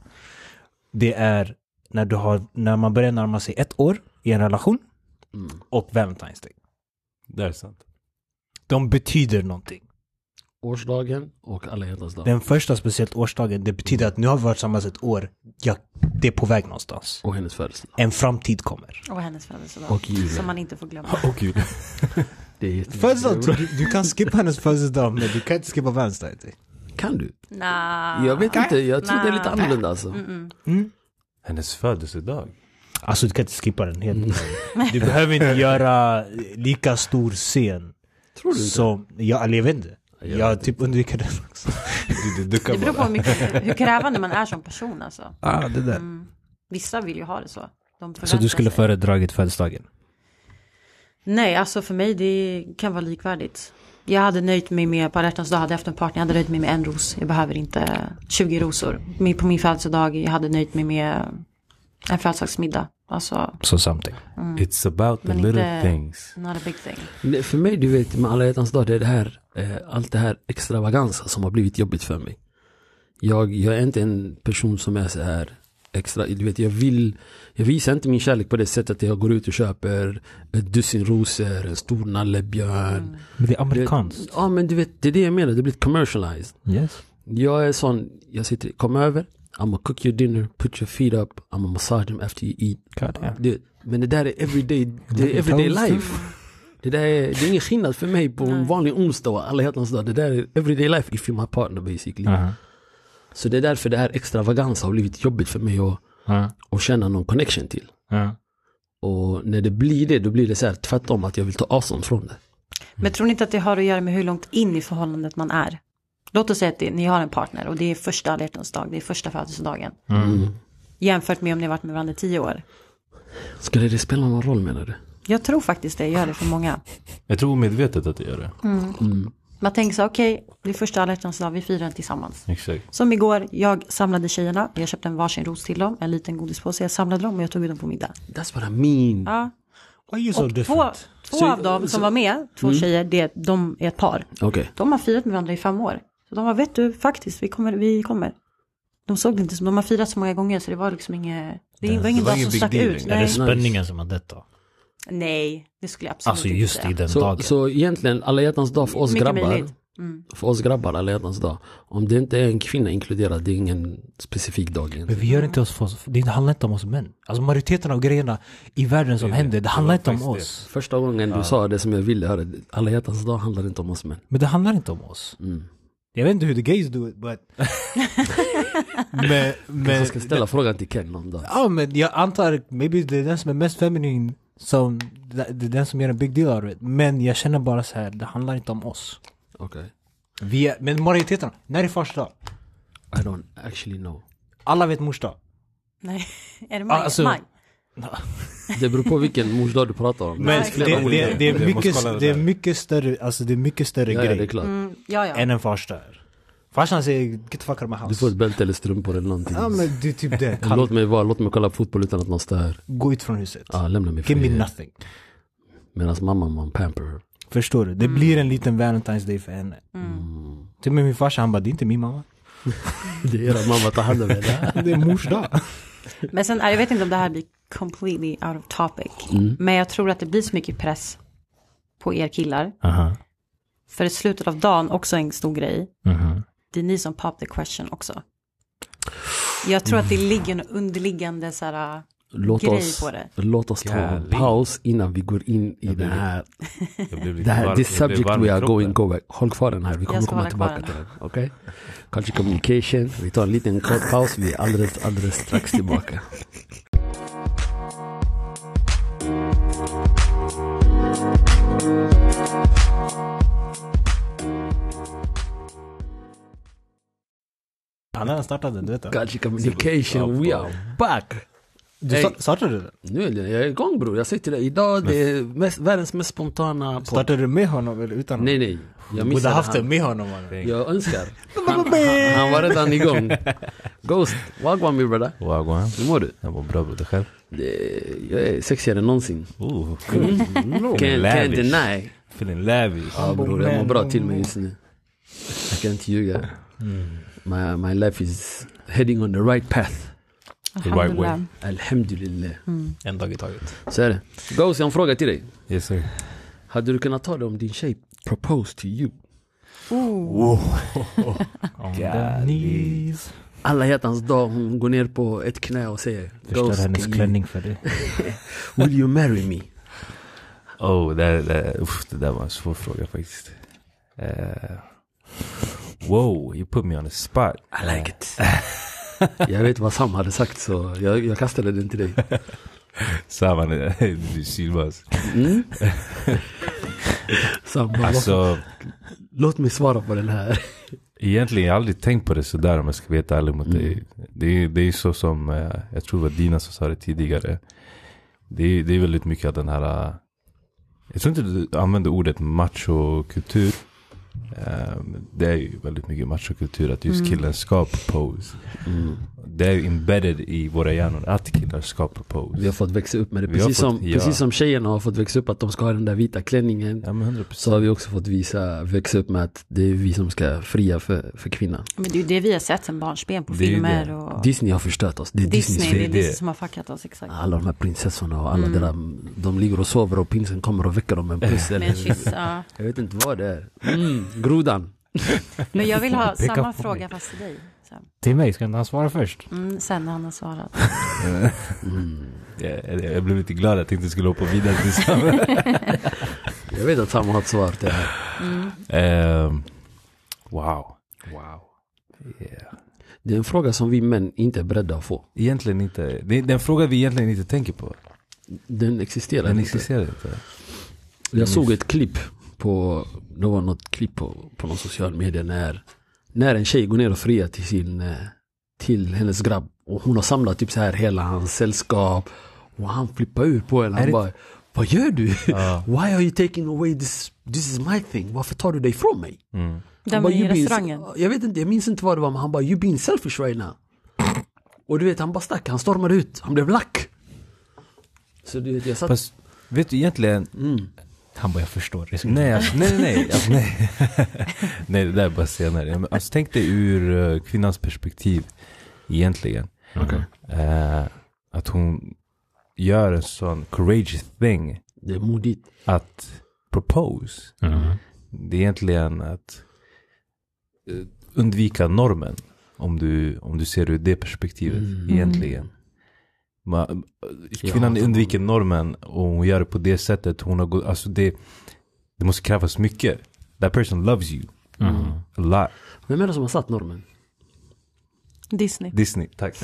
Speaker 3: Det är när, du har, när man börjar närma sig ett år i en relation
Speaker 2: Mm.
Speaker 3: och Valentine's Day.
Speaker 4: Det är <laughs> sant.
Speaker 3: De betyder någonting.
Speaker 2: Årsdagen och alla hjärtans dag.
Speaker 3: Den första, speciellt årsdagen, det betyder att nu har vi varit tillsammans ett år, ja, det är på väg någonstans.
Speaker 2: Och hennes födelsedag.
Speaker 3: En framtid kommer.
Speaker 1: Och hennes födelsedag.
Speaker 2: Och julen.
Speaker 1: Som man inte får glömma.
Speaker 4: Och kul.
Speaker 2: Det är jätte-
Speaker 3: Födelsedag, du, du kan skippa hennes födelsedag, men du kan inte skippa Valentine's Day.
Speaker 2: Kan du?
Speaker 1: Nah.
Speaker 2: Jag vet inte, jag tror det är lite
Speaker 1: Nej.
Speaker 2: annorlunda alltså.
Speaker 3: Mm.
Speaker 4: Hennes födelsedag.
Speaker 3: Alltså du kan inte skippa den helt. Du behöver inte göra lika stor scen.
Speaker 2: Tror du inte?
Speaker 3: Som, jag, eller jag vet inte.
Speaker 2: Jag
Speaker 3: Jag,
Speaker 2: vet
Speaker 3: typ undviker den också.
Speaker 4: Du, du, du
Speaker 1: Det
Speaker 4: kan
Speaker 1: beror på
Speaker 4: bara...
Speaker 1: hur,
Speaker 3: <laughs>
Speaker 1: mycket, hur krävande man är som person alltså.
Speaker 3: Ah, det där.
Speaker 1: Vissa vill ju ha det så. De
Speaker 3: Så
Speaker 1: förväntar
Speaker 3: du skulle
Speaker 1: sig.
Speaker 3: föredragit födelsedagen?
Speaker 1: Nej, alltså för mig det kan vara likvärdigt. Jag hade nöjt mig med, på alla hjärtans dag hade jag haft en partner, jag hade nöjt mig med en ros. Jag behöver inte 20 rosor. Min- På min födelsedag, jag hade nöjt mig med en födelsedagsmiddag. Alltså,
Speaker 3: Så something.
Speaker 4: It's about the
Speaker 1: Men
Speaker 4: little
Speaker 1: inte-
Speaker 4: things.
Speaker 1: not a big thing.
Speaker 2: Nej, För mig, du vet, med alla hjärtans dag, det är det här, eh, allt det här extravagansa som har blivit jobbigt för mig. Jag, jag är inte en person som är så här extra, du vet, jag vill, jag visar inte min kärlek på det sättet att jag går ut och köper ett dussin rosor, en stor nallebjörn.
Speaker 3: Men det är
Speaker 2: Du vet-
Speaker 3: amerikanskt.
Speaker 2: Ja, men du vet, det är det jag menar, det blir commercialized.
Speaker 3: Yes.
Speaker 2: Jag är sån, jag sitter, kom över, I'm gonna cook your dinner, put your feet up, I'm gonna massage them after you eat.
Speaker 3: God damn.
Speaker 2: Det, men det där är everyday, det är everyday life. Det, där är, det är ingen skillnad för mig på en vanlig onsdag och alla hjärtans dag. Det där är everyday life if you're my partner basically.
Speaker 3: Uh-huh.
Speaker 2: Så det är därför det här extravagansa har blivit jobbigt för mig att,
Speaker 3: Uh-huh.
Speaker 2: att känna någon connection till.
Speaker 3: Uh-huh.
Speaker 2: Och när det blir det, då blir det så här tvärtom att jag vill ta avstånd från det.
Speaker 1: Men tror ni inte att det har att göra med hur långt in i förhållandet man är? Låt oss säga att det, ni har en partner och det är första alla hjärtans dag, det är första födelsedagen. Jämfört med om ni har varit med varandra i tio år.
Speaker 2: Skulle det spela någon roll menar du?
Speaker 1: Jag tror faktiskt det gör det för många.
Speaker 4: Jag tror omedvetet att det gör det.
Speaker 1: Mm. Man tänker så här, okej, det är första alla hjärtans dag, vi firar den tillsammans.
Speaker 4: Exakt.
Speaker 1: Som igår, jag samlade tjejerna, jag köpte en varsin ros till dem, en liten godispåse, jag samlade dem och jag tog ut dem på middag.
Speaker 2: That's what I mean.
Speaker 1: Ja.
Speaker 3: Why are you so
Speaker 1: Två,
Speaker 3: different?
Speaker 1: två
Speaker 2: Så-
Speaker 1: av dem som var med, två tjejer, det, de är ett par.
Speaker 2: Okej.
Speaker 1: De har firat med varandra i fem år. Så de var, vet du, faktiskt, vi kommer, vi kommer. De såg det inte som, de har firat så många gånger så det var liksom inget, det var ingen
Speaker 4: var
Speaker 1: dag som
Speaker 4: ingen big
Speaker 1: stack
Speaker 4: deal
Speaker 1: ut.
Speaker 4: längre.
Speaker 3: Är det
Speaker 1: Nej.
Speaker 3: spänningen som har detta?
Speaker 1: Nej, det skulle jag absolut
Speaker 3: Alltså
Speaker 1: inte
Speaker 3: just
Speaker 1: säga.
Speaker 3: i den
Speaker 2: Så,
Speaker 3: dagen.
Speaker 2: så egentligen, alla hjärtans dag för oss
Speaker 1: Mycket
Speaker 2: grabbar.
Speaker 1: möjligt. Mm.
Speaker 2: För oss grabbar, alla hjärtans dag. Om det inte är en kvinna inkluderad, det är ingen specifik dag
Speaker 3: Men
Speaker 2: egentligen.
Speaker 3: vi gör inte oss för oss. Det handlar inte om oss män. Alltså majoriteten av grejerna i världen som händer, det handlar inte om
Speaker 4: faktiskt
Speaker 3: oss.
Speaker 2: Första gången du sa det som jag ville höra, alla hjärtans dag handlar inte om oss män.
Speaker 3: Men det handlar inte om oss.
Speaker 2: Mm.
Speaker 3: Jag vet inte hur the gays do it <laughs> but... men, men,
Speaker 2: Jag Alltså, ska ställa frågan till Ken någon dag.
Speaker 3: ja, men jag antar, maybe det är den som är mest feminin som, det är den som gör en big deal av det. Men jag känner bara så här, det handlar inte om oss.
Speaker 2: Okej.
Speaker 3: Vi är, men majoriteten, när är fars dag?
Speaker 2: I don't actually know.
Speaker 3: Alla vet mors dag.
Speaker 1: Nej, är det maj?
Speaker 3: Alltså-
Speaker 1: maj?
Speaker 2: Det beror på vilken mors dag du pratar om.
Speaker 3: Men det,
Speaker 2: spelar
Speaker 3: det,
Speaker 2: ingen
Speaker 3: det,
Speaker 2: roll.
Speaker 3: är
Speaker 4: Jag måste kolla
Speaker 3: mycket,
Speaker 4: det
Speaker 3: det är
Speaker 4: där.
Speaker 3: mycket större, alltså det är mycket större
Speaker 2: ja, ja, det är
Speaker 3: grej
Speaker 2: klart.
Speaker 1: Mm, Ja, ja.
Speaker 3: än en fars dag. är. Farsan säger get the fuck out of my
Speaker 2: Du får ett
Speaker 3: house.
Speaker 2: bälte eller strumpor eller någonting.
Speaker 3: Ja men det är typ det.
Speaker 2: <laughs>
Speaker 3: Kall-
Speaker 2: Låt mig vara, låt mig kolla på fotboll utan att någon stör.
Speaker 3: Gå ut från huset.
Speaker 2: Ja, lämna mig
Speaker 3: Give me
Speaker 2: fri.
Speaker 3: nothing.
Speaker 2: Medan mamma, man pamper
Speaker 1: Mm.
Speaker 2: her.
Speaker 3: Förstår du? Det blir en liten Valentine's Day för henne. Till och med min farsa, han bara, det är inte min mamma.
Speaker 2: Mm. Det är era mamma, ta hand om
Speaker 1: <laughs>
Speaker 2: henne.
Speaker 3: <laughs> Det är mors dag.
Speaker 1: Men sen, äh, jag vet inte om det här blir completely out of topic.
Speaker 4: Mm.
Speaker 1: Men jag tror att det blir så mycket press på er killar. För i slutet av dagen, också en stor grej,
Speaker 4: Mm-hmm.
Speaker 1: det är ni som pop the question också. Jag tror att det ligger en underliggande så här,
Speaker 2: Låt
Speaker 1: Grej
Speaker 2: oss,
Speaker 1: på det.
Speaker 2: låt oss ta en
Speaker 4: Kärlek.
Speaker 2: paus innan vi går in i den
Speaker 4: blir-
Speaker 2: här
Speaker 4: Jag blev lite
Speaker 2: Det här,
Speaker 4: varm-
Speaker 2: this
Speaker 4: jag blev
Speaker 2: subject
Speaker 4: varm i
Speaker 2: we are
Speaker 4: kroppen.
Speaker 2: going, go back. Håll kvar den här, vi kommer
Speaker 1: Jag ska
Speaker 2: komma
Speaker 1: hålla kvar
Speaker 2: tillbaka till den. Okej? Culture communication, vi tar en liten kort paus, vi är alldeles, alldeles strax tillbaka.
Speaker 3: Han har startat den, du vet det.
Speaker 2: God communication, we are back!
Speaker 3: Du
Speaker 2: Hey.
Speaker 3: hey. startade du den?
Speaker 2: Nu är det, jag är igång bror, jag säger till dig. Idag det är mest, världens mest spontana podd.
Speaker 3: Startade du med honom eller utan honom?
Speaker 2: Nej nej, jag
Speaker 3: Borde
Speaker 2: missade
Speaker 3: haft det
Speaker 2: han.
Speaker 3: med honom mannen.
Speaker 2: Jag önskar. Han, han, han var redan igång. Ghost, wagwan min brother.
Speaker 4: Wagwan.
Speaker 2: Hur mår du?
Speaker 4: Jag mår bra bror, själv?
Speaker 2: Det, jag är sexigare än någonsin.
Speaker 4: Oh, cool.
Speaker 2: Can't, can't
Speaker 4: Lavish.
Speaker 2: deny.
Speaker 4: Feeling lavish.
Speaker 2: Ja bror, jag mår bra till mig just nu. Jag kan inte ljuga. My, my life is heading on the right path.
Speaker 1: äh,
Speaker 4: way.
Speaker 1: Alhamdulillah.
Speaker 2: Alhamdulillah.
Speaker 3: En dag i taget.
Speaker 2: Så är det. Ghost, jag har en fråga till dig.
Speaker 4: Yes sir.
Speaker 2: Hade du kunnat ta det om din tjej proposed to you?
Speaker 3: On the knees.
Speaker 2: Alla hjärtans dag, hon går ner på ett knä och säger
Speaker 3: Förstör hennes
Speaker 2: can you-
Speaker 3: klänning för dig.
Speaker 2: Will you marry me?
Speaker 4: Oh, det, det, uff, det där var en svår fråga faktiskt. Eh, wow, you put me on the spot.
Speaker 2: I like it. <laughs> jag vet vad Sam hade sagt så jag, jag kastade den till dig.
Speaker 4: Samma, <laughs> du sylvas.
Speaker 2: Mm? Sam bara,
Speaker 4: Alltså,
Speaker 2: låt mig svara på den här.
Speaker 4: egentligen jag har aldrig tänkt på det sådär om jag ska veta ärlig mot dig. Det är ju det är ju så som, eh, jag tror det var Dina som sa det tidigare. Det är, det är väldigt mycket av den här, eh, jag tror inte du använde ordet machokultur. Eh, Det är ju väldigt mycket machokultur, att just killen ska propose. Mm. Det är ju embedded i våra hjärnor att killar ska propose.
Speaker 2: Vi har fått växa upp med det.
Speaker 4: Vi har
Speaker 2: Precis,
Speaker 4: fått-
Speaker 2: som,
Speaker 4: ja.
Speaker 2: precis som tjejerna har fått växa upp att de ska ha den där vita klänningen.
Speaker 4: Ja men 100 procent.
Speaker 2: Så har vi också fått visa, växa upp med att det är vi som ska fria för, för kvinnan.
Speaker 1: Men det är ju det vi har sett sen barnsben på
Speaker 4: Det är ju
Speaker 1: filmer
Speaker 4: det.
Speaker 1: och
Speaker 2: Disney har förstört oss. Det är Disney.
Speaker 1: Disney. Mm. Det är
Speaker 4: det är
Speaker 1: Disney
Speaker 4: det.
Speaker 1: som har fuckat oss exakt.
Speaker 2: Alla de här prinsessorna och alla det där. De ligger och sover och prinsen kommer och väcker dem med
Speaker 4: Eh.
Speaker 2: en puss.
Speaker 1: Med en
Speaker 2: eller-
Speaker 1: kyss, ja.
Speaker 2: Jag vet inte vad det är. Mm, grodan.
Speaker 1: Men jag
Speaker 4: <laughs>
Speaker 1: vill ha
Speaker 3: Peka
Speaker 1: samma
Speaker 3: på
Speaker 1: fråga
Speaker 3: mig.
Speaker 1: fast till dig. Sen,
Speaker 3: Till mig, ska inte han svara först?
Speaker 1: mm, sen när han har svarat.
Speaker 2: Mm.
Speaker 4: Jag, jag, jag blev lite glad, jag tänkte jag skulle hoppa vidare till samma. <laughs>
Speaker 2: Jag vet att Sam har ett svar till det här.
Speaker 1: Mm.
Speaker 4: Ehm, wow. Wow. Yeah.
Speaker 2: Det är en fråga som vi män inte är beredda att få.
Speaker 4: Egentligen inte. Det är den fråga vi egentligen inte tänker på.
Speaker 2: Den existerar
Speaker 4: Den
Speaker 2: inte.
Speaker 4: existerar inte.
Speaker 2: Jag
Speaker 4: Mm.
Speaker 2: såg ett klipp på, det var något klipp på, på någon social media när, när en tjej går ner och friar till sin, eh, till hennes grabb. Och hon har samlat typ så här hela hans sällskap. Och han flippar ur på henne.
Speaker 4: Är
Speaker 2: Han
Speaker 4: det-
Speaker 2: bara, vad gör du?
Speaker 4: Ja.
Speaker 2: <laughs> Why are you taking away this, this is my thing? Varför tar du dig från mig?
Speaker 4: Mm.
Speaker 2: Han
Speaker 1: Den
Speaker 2: bara,
Speaker 1: var i
Speaker 2: "You being-
Speaker 1: restaurangen.
Speaker 2: Jag vet inte, jag minns inte vad det var men han bara you being selfish right now. Och du vet han bara stack, han stormade ut, han blev lack. Så du vet jag satt,
Speaker 4: Fast, vet du egentligen?
Speaker 3: Han bara, jag förstår. Det är så-
Speaker 4: Nej, alltså, nej, nej, nej. Alltså, nej. <laughs> nej, det där är bara senare. Men, Alltså, tänk dig ur eh, kvinnans perspektiv egentligen. Eh, att hon gör en sån courageous thing
Speaker 2: det är modigt.
Speaker 4: att propose. Det är egentligen att eh, undvika normen. Om du, om du ser det ur det perspektivet
Speaker 2: Mm.
Speaker 4: egentligen. Ma, kvinnan
Speaker 2: Ja,
Speaker 4: undviker normen och hon gör det på det sättet. Hon har gått, alltså det, det måste krävas mycket. That person loves you. A lot.
Speaker 2: Vem är det som har satt normen?
Speaker 1: Disney.
Speaker 4: Disney, tack.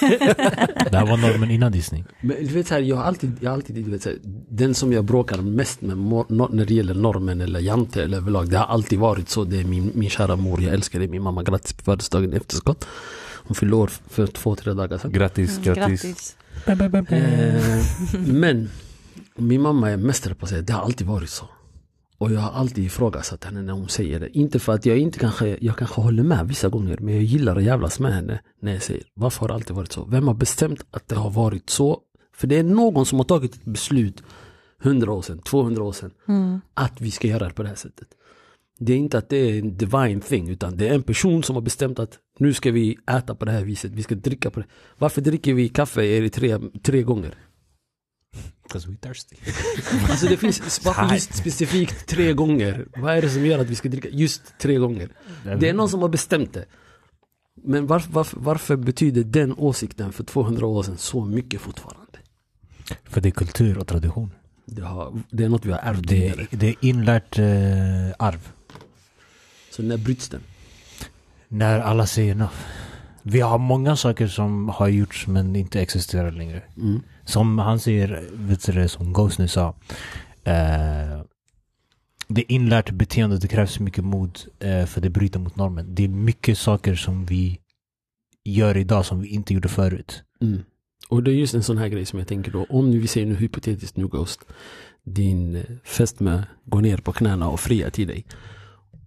Speaker 3: Det här var normen innan Disney.
Speaker 2: Men du vet så här, jag har alltid, jag har alltid du vet, så här, den som jag bråkar mest med mor- no- när det gäller normen eller jante eller överlag. Det har alltid varit så. Det är min, min kära mor, jag älskar dig, min mamma. Grattis på födelsedagen i efterskott. Hon fyllde år för två, tre dagar sedan.
Speaker 4: Grattis,
Speaker 1: Mm,
Speaker 4: grattis.
Speaker 1: Grattis.
Speaker 2: Eh, Men min mamma är mästare på att säga det har alltid varit så. Och jag har alltid ifrågasatt henne när hon säger det. Inte för att jag inte kanske, jag kanske håller med vissa gånger men jag gillar att jävlas med henne när jag säger varför har det alltid varit så? Vem har bestämt att det har varit så? För det är någon som har tagit ett beslut 100 år sedan, 200 år sedan att vi ska göra det på det här sättet. Det är inte att det är en divine thing utan det är en person som har bestämt att nu ska vi äta på det här viset, vi ska dricka på det. Varför dricker vi kaffe i Eritrea tre gånger?
Speaker 3: Because we thirsty.
Speaker 2: Alltså det finns, varför just specifikt tre gånger? Vad är det som gör att vi ska dricka just tre gånger? Det är någon som har bestämt det. Men varför, varför, varför betyder den åsikten för 200 år sedan så mycket fortfarande?
Speaker 3: För det är kultur och tradition.
Speaker 2: Det, har, det är något vi har ärvt
Speaker 3: Det,
Speaker 2: vidare.
Speaker 3: det är inlärt eh, arv.
Speaker 2: Så när bryts den?
Speaker 3: När alla säger enough. Vi har många saker som har gjorts men inte existerar längre.
Speaker 2: Mm.
Speaker 3: Som han säger, vet du det, som Ghost nu sa. Eh, det inlärt beteendet, det krävs mycket mod eh, för det bryter mot normen. Det är mycket saker som vi gör idag som vi inte gjorde förut.
Speaker 2: Mm. Och det är just en sån här grej som jag tänker då. Om nu vi säger nu hypotetiskt nu Ghost. Din eh, fästmö går ner på knäna och friar till dig.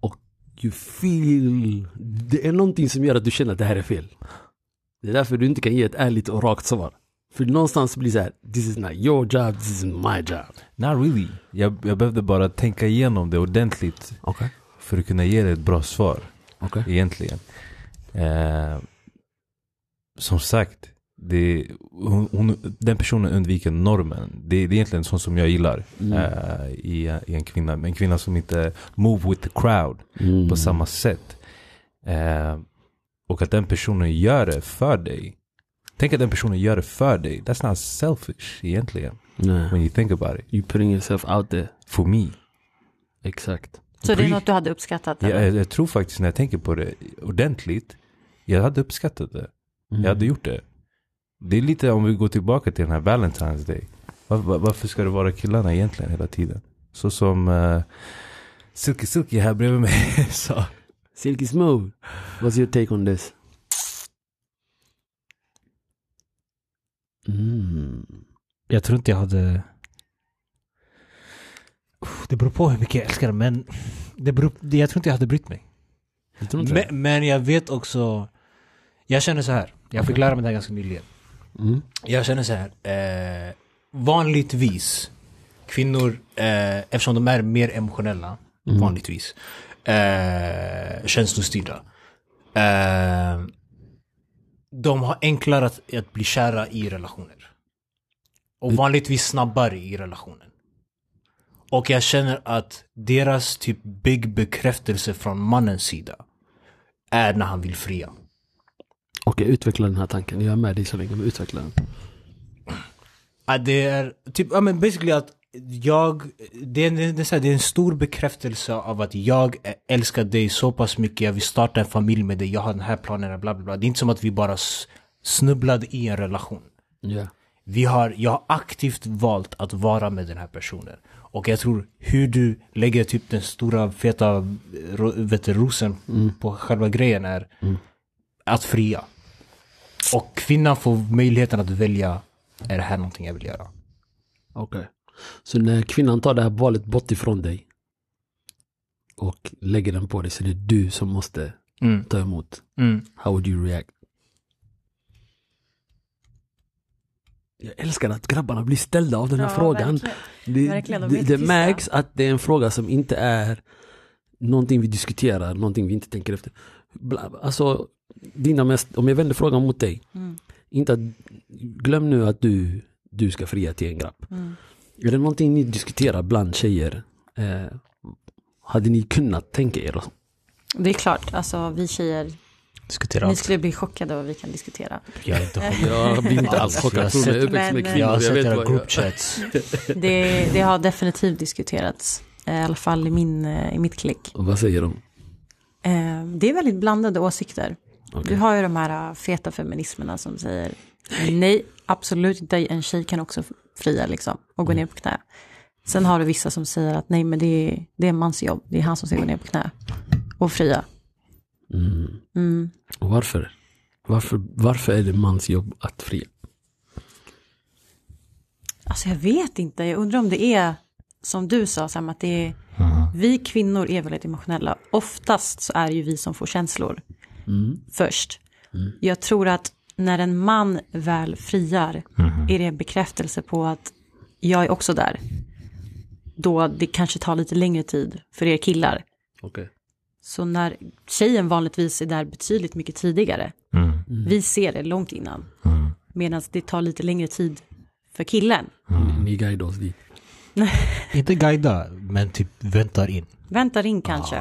Speaker 2: Och you feel. Det är någonting som gör att du känner att det här är fel. Det är därför du inte kan ge ett ärligt och rakt svar. För någonstans blir det så här. This is not your job, this is my job.
Speaker 4: Not really. Jag, jag behövde bara tänka igenom det ordentligt
Speaker 2: Okej.
Speaker 4: för att kunna ge dig ett bra svar.
Speaker 2: Okej.
Speaker 4: egentligen. Eh, som sagt, det, hon, hon, den personen undviker normen. Det, det är egentligen sånt som jag gillar
Speaker 2: Mm.
Speaker 4: eh, i, i en kvinna. En kvinna som inte move with the crowd
Speaker 2: Mm.
Speaker 4: på samma sätt. Eh, och att den personen gör det för dig. Tänk att den personen gör det för dig. That's not selfish egentligen. When
Speaker 2: Nej.
Speaker 4: you think about it.
Speaker 2: You putting yourself out there.
Speaker 4: For me.
Speaker 2: Exakt.
Speaker 1: Så det är
Speaker 4: Preach.
Speaker 1: något du hade uppskattat?
Speaker 4: Jag,
Speaker 1: eller?
Speaker 4: jag, jag tror faktiskt när jag tänker på det ordentligt. Jag hade uppskattat det. Jag
Speaker 2: Mm.
Speaker 4: hade gjort det. Det är lite om vi går tillbaka till den här Valentine's Day. Var, var, varför ska det vara killarna egentligen hela tiden? Så som uh, Silky Silky här bredvid mig <laughs> sa.
Speaker 2: Silky Smooth. What's your take on this? Mm.
Speaker 3: Jag tror inte jag hade... Uff, Det beror på hur mycket jag älskar men det beror... det- jag tror inte jag hade brytt mig.
Speaker 2: Jag tror inte det.
Speaker 3: Men, men jag vet också... Jag känner så här. Jag fick lära mig det här ganska nyligen.
Speaker 2: Mm.
Speaker 3: Jag känner så här. Eh, vanligtvis, kvinnor, eh, eftersom de är mer emotionella,
Speaker 2: Mm.
Speaker 3: vanligtvis, eh, känslostyrda. Eh, de har enklare att, att bli kära i relationer.
Speaker 2: Mm.
Speaker 3: Och vanligtvis snabbare i relationen. Och jag känner att deras typ big bekräftelse från mannens sida är när han vill fria.
Speaker 2: Okej, utveckla den här tanken. Jag är med dig så länge, men utveckla den.
Speaker 3: Ja, det är typ, ja men basically att jag, det är, en- det, är så här, det är en stor bekräftelse av att jag älskar dig så pass mycket, jag vill starta en familj med dig, jag har den här planen, bla bla bla. Det är inte som att vi bara s- snubblade i en relation.
Speaker 2: Ja.
Speaker 3: Vi har, jag har aktivt valt att vara med den här personen. Och jag tror hur du lägger typ den stora feta eh, ro- vet du, rosen på själva grejen är att fria. Och kvinnan får möjligheten att välja, är det här någonting jag vill göra?
Speaker 2: Okej. Så när kvinnan tar det här valet bort ifrån dig och lägger den på dig så det är du som måste
Speaker 3: Mm.
Speaker 2: ta emot.
Speaker 3: Mm.
Speaker 2: How would you react? Jag älskar att grabbarna blir ställda av den här
Speaker 1: Ja,
Speaker 2: frågan.
Speaker 1: verkligen.
Speaker 2: Det,
Speaker 1: Verkligen, de
Speaker 2: det,
Speaker 1: vet
Speaker 2: det
Speaker 1: precis
Speaker 2: märks att det är en fråga som inte är någonting vi diskuterar, någonting vi inte tänker efter. Bla, alltså, dina mest, om jag vänder frågan mot dig.
Speaker 1: Mm.
Speaker 2: Inte att, glöm nu att du, du ska fria till en grabb.
Speaker 1: Mm.
Speaker 2: Är det någonting ni diskuterar bland tjejer? Eh, hade ni kunnat tänka er?
Speaker 1: Det är klart, alltså vi tjejer,
Speaker 3: Diskutera
Speaker 1: ni skulle bli chockade vad vi
Speaker 2: <laughs>
Speaker 1: kan diskutera.
Speaker 3: Jag är inte
Speaker 2: Jag blir inte alls chockad. Jag tror mig uppväxt med
Speaker 1: Men- eh,
Speaker 2: kvinnor.
Speaker 3: Jag har
Speaker 2: Jag
Speaker 3: sett
Speaker 2: vet
Speaker 3: era
Speaker 2: vad jag, <laughs>
Speaker 3: groupchats.
Speaker 1: Det, det har definitivt diskuterats, eh, i alla fall i, min, eh, i mitt klick.
Speaker 2: vad säger de?
Speaker 1: Eh, Det är väldigt blandade åsikter.
Speaker 2: Okej.
Speaker 1: Du har ju de här eh, feta feminismerna som säger nej, absolut inte, en tjej kan också fria liksom och
Speaker 2: Mm.
Speaker 1: gå ner på knä. Sen har du vissa som säger att nej, men det är, det är en mans jobb, det är han som ska gå ner på knä och fria. Mm.
Speaker 2: Och varför? Varför, varför är det mans jobb att fria?
Speaker 1: Alltså jag vet inte, jag undrar om det är som du sa Sam, att det är, vi kvinnor är väldigt emotionella. Oftast så är det ju vi som får känslor först. Jag tror att när en man väl friar är det en bekräftelse på att jag är också där. Då det kanske tar lite längre tid för er killar.
Speaker 2: Okej.
Speaker 1: Så när tjejen vanligtvis är där betydligt mycket tidigare. Vi ser det långt innan. Medan det tar lite längre tid för killen.
Speaker 2: Mm. Ni, ni guidar oss dit.
Speaker 3: Inte guida, men typ väntar in.
Speaker 1: Väntar in kanske.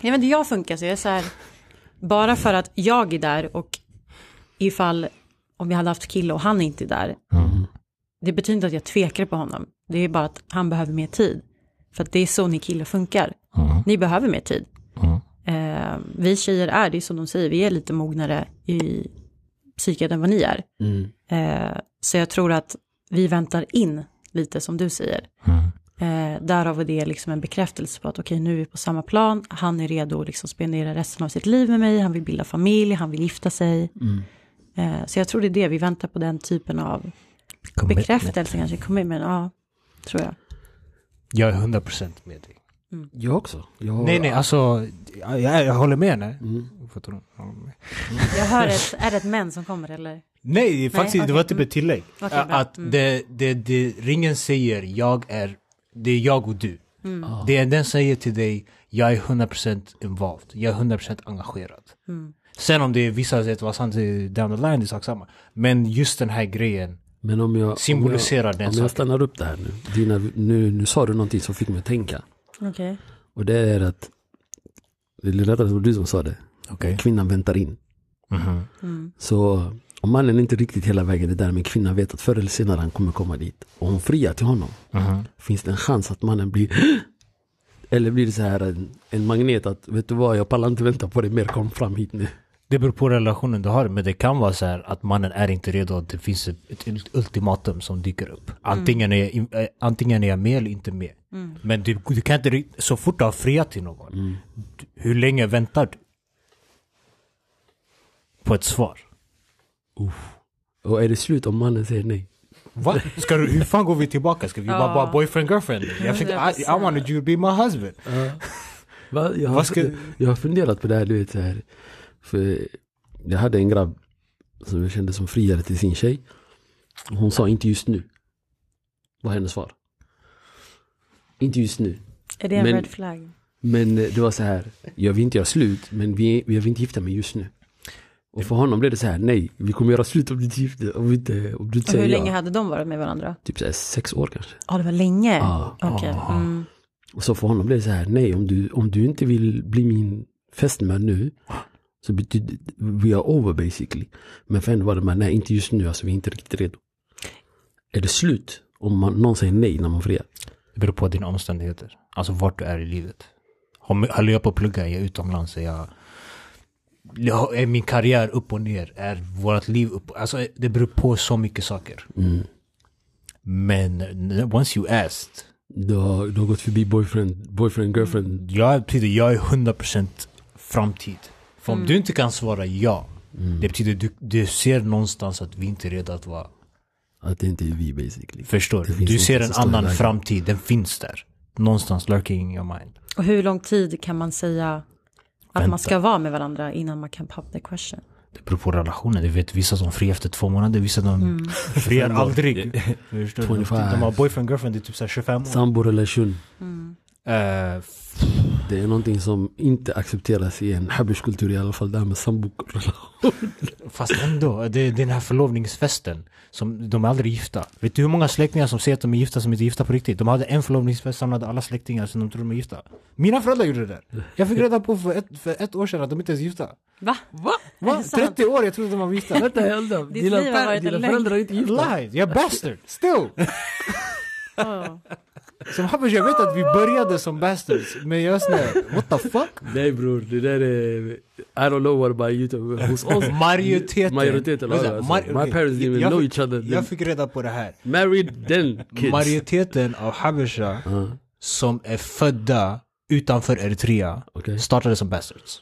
Speaker 1: Jag vet inte, jag funkar så. Jag är så här, bara för att jag är där och ifall, om jag hade haft kille och han inte är där, det betyder inte att jag tvekar på honom. Det är bara att han behöver mer tid. För att det är så ni killar funkar. Ni behöver mer tid. Eh, vi tjejer är, det är som de säger, vi är lite mognare i psyket än vad ni är.
Speaker 2: Mm. Mm.
Speaker 1: Eh, så jag tror att vi väntar in lite som du säger. Eh, därav är det liksom en bekräftelse på att okej, nu är vi på samma plan. Han är redo att liksom spendera resten av sitt liv med mig. Han vill bilda familj, han vill gifta sig.
Speaker 2: Mm.
Speaker 1: Eh, så jag tror det är det vi väntar på, den typen av
Speaker 3: Commitment.
Speaker 1: bekräftelse kanske. Commitment, ja, tror jag.
Speaker 3: Jag är 100% med dig.
Speaker 2: Jag också. Jag har-
Speaker 3: Nej, nej, alltså, jag, jag håller med henne.
Speaker 2: Mm.
Speaker 3: Fattar du? Jag håller med.
Speaker 1: Jag hör, ett, är det ett män som kommer eller?
Speaker 3: Nej, faktiskt, det
Speaker 1: okej. mm.
Speaker 3: var typ ett tillägg.
Speaker 1: Okej,
Speaker 3: Ä-
Speaker 1: bra. Mm.
Speaker 3: att det, det, det ringen säger, jag är, det är jag och du.
Speaker 1: Mm.
Speaker 3: Det den säger till dig, jag är 100% involved, jag är 100% engagerad.
Speaker 1: Mm.
Speaker 3: Sen om det visar sig att vara sant eh, down the line, det är sak samma. Men just den här grejen,
Speaker 2: Men om jag,
Speaker 3: Symboliserar
Speaker 2: om
Speaker 3: den
Speaker 2: jag, om
Speaker 3: saken.
Speaker 2: jag stannar upp det här nu. Dina, nu. Nu sa du någonting som fick mig att tänka.
Speaker 1: Okej.
Speaker 2: Och det är att, eller rättare det var du som sa det.
Speaker 3: Okej.
Speaker 2: Kvinnan väntar in.
Speaker 3: Mhm.
Speaker 2: Så om mannen inte riktigt hela vägen är där, men kvinnan vet att förr eller senare han kommer komma dit. Och hon friar till honom. Finns det en chans att mannen blir <gasps> eller blir det så här en, en magnet att vet du vad jag pallar inte vänta på dig mer, kom fram hit nu.
Speaker 3: det beror på relationen du har. Men det kan vara så här att mannen är inte redo, att det finns ett, ett ultimatum som dyker upp. Antingen är, eh, antingen är jag med eller inte med. Men du, du kan inte, rikt- så fort du har friat till någon, d- hur länge väntar du? På ett svar.
Speaker 2: Och är det slut om mannen säger nej?
Speaker 3: Va? Ska du, hur fan går vi tillbaka? Ska vi bara vara boyfriend girlfriend? Jag fick, I, I wanted you to be my husband.
Speaker 2: Va? Jag, har,
Speaker 3: Vad ska-
Speaker 2: jag har funderat på det här, du vet så här. För jag hade en grabb som jag kände som friade till sin tjej. Och Hon sa inte just nu. Var hennes svar. Inte just nu.
Speaker 1: Är det en
Speaker 2: Men-
Speaker 1: red flag?
Speaker 2: Men eh, det var så här, jag vill inte göra slut, men vi, jag vill inte gifta mig just nu. Och för honom blev det så här, nej, vi kommer göra slut om du inte gifter om, vi inte, om du inte
Speaker 1: Och hur
Speaker 2: säger
Speaker 1: länge
Speaker 2: ja.
Speaker 1: hade de varit med varandra?
Speaker 2: Typ så här, sex år kanske.
Speaker 1: Ja, det var länge.
Speaker 2: Ja.
Speaker 1: Okej.
Speaker 2: Ah.
Speaker 1: Mm.
Speaker 2: Och så för honom blev det så här, nej, om du, om du inte vill bli min fästman nu, så betyder we are over basically. Men för henne var det, men nej, inte just nu, alltså vi är inte riktigt redo. Är det slut om man, någon säger nej när man friar?
Speaker 3: Det beror på dina omständigheter. Alltså vart du är i livet. Om- Håller jag på att plugga, är jag utomlands, är jag... jag- Är min karriär upp och ner? Är vårt liv upp Alltså det beror på så mycket saker.
Speaker 2: Mm.
Speaker 3: Men n- once you asked,
Speaker 2: Du har, du har gått förbi boyfriend, boyfriend, girlfriend.
Speaker 3: jag betyder jag är 100% framtid. För om du inte kan svara ja,
Speaker 2: Mm.
Speaker 3: det betyder du, du ser någonstans att vi inte är redo att vara...
Speaker 2: Att det inte är vi basically.
Speaker 3: Förstår
Speaker 2: Det
Speaker 3: du?
Speaker 2: finns
Speaker 3: Du
Speaker 2: något
Speaker 3: ser
Speaker 2: som
Speaker 3: en
Speaker 2: står i
Speaker 3: annan
Speaker 2: vägen.
Speaker 3: framtid, den finns där. Någonstans lurking in your mind.
Speaker 1: Och hur lång tid kan man säga att
Speaker 3: Vänta.
Speaker 1: man ska vara med varandra innan man kan pop the question?
Speaker 3: Det beror på relationen. Du vet vissa som friar efter två månader, vissa som
Speaker 1: Mm.
Speaker 3: friar <laughs> aldrig. Förstår du?
Speaker 2: 25.
Speaker 3: De har boyfriend girlfriend i typ så här 25 år.
Speaker 2: Samborelation.
Speaker 1: Mm.
Speaker 3: Eh, f-
Speaker 2: Det är någonting som inte accepteras i en habushkultur i alla fall, det här med sambokorrelation.
Speaker 3: fast ändå, det är den här förlovningsfesten. Som, de är aldrig gifta. Vet du hur många släktingar som säger att de är gifta som inte är gifta på riktigt? De hade en förlovningsfest, samlade alla släktingar som de trodde de var gifta. Mina föräldrar gjorde det där. Jag fick reda på för ett, för ett år sedan att de inte ens är gifta.
Speaker 1: Va? Va? Är
Speaker 3: Va?
Speaker 1: det sant?
Speaker 3: 30 år, jag trodde de var gifta.
Speaker 2: Vänta, Elda, dina,
Speaker 1: Dina liv har
Speaker 2: per,
Speaker 1: varit en
Speaker 2: dina
Speaker 1: lögn.
Speaker 2: föräldrar är inte gifta.
Speaker 3: Lied, jag är bastard,
Speaker 1: <laughs>
Speaker 3: still!
Speaker 1: Ja.
Speaker 3: Som Habbers, jag vet att vi började som bastards, men jag är såhär, what the fuck?
Speaker 2: Nej bror, det där är... I don't know what about you, too. hos oss.
Speaker 3: <laughs> Majoriteten.
Speaker 2: Majoriteten,
Speaker 3: Alltså,
Speaker 2: alltså,
Speaker 3: mar-
Speaker 2: My
Speaker 3: okej,
Speaker 2: parents didn't even
Speaker 3: jag
Speaker 2: know
Speaker 3: fick-
Speaker 2: each other.
Speaker 3: Jag fick reda på det här.
Speaker 2: Married then kids. Uh-huh.
Speaker 3: Majoriteten av Habesha
Speaker 2: Ja,
Speaker 3: som är födda utanför Eritrea
Speaker 2: okej.
Speaker 3: startade som bastards.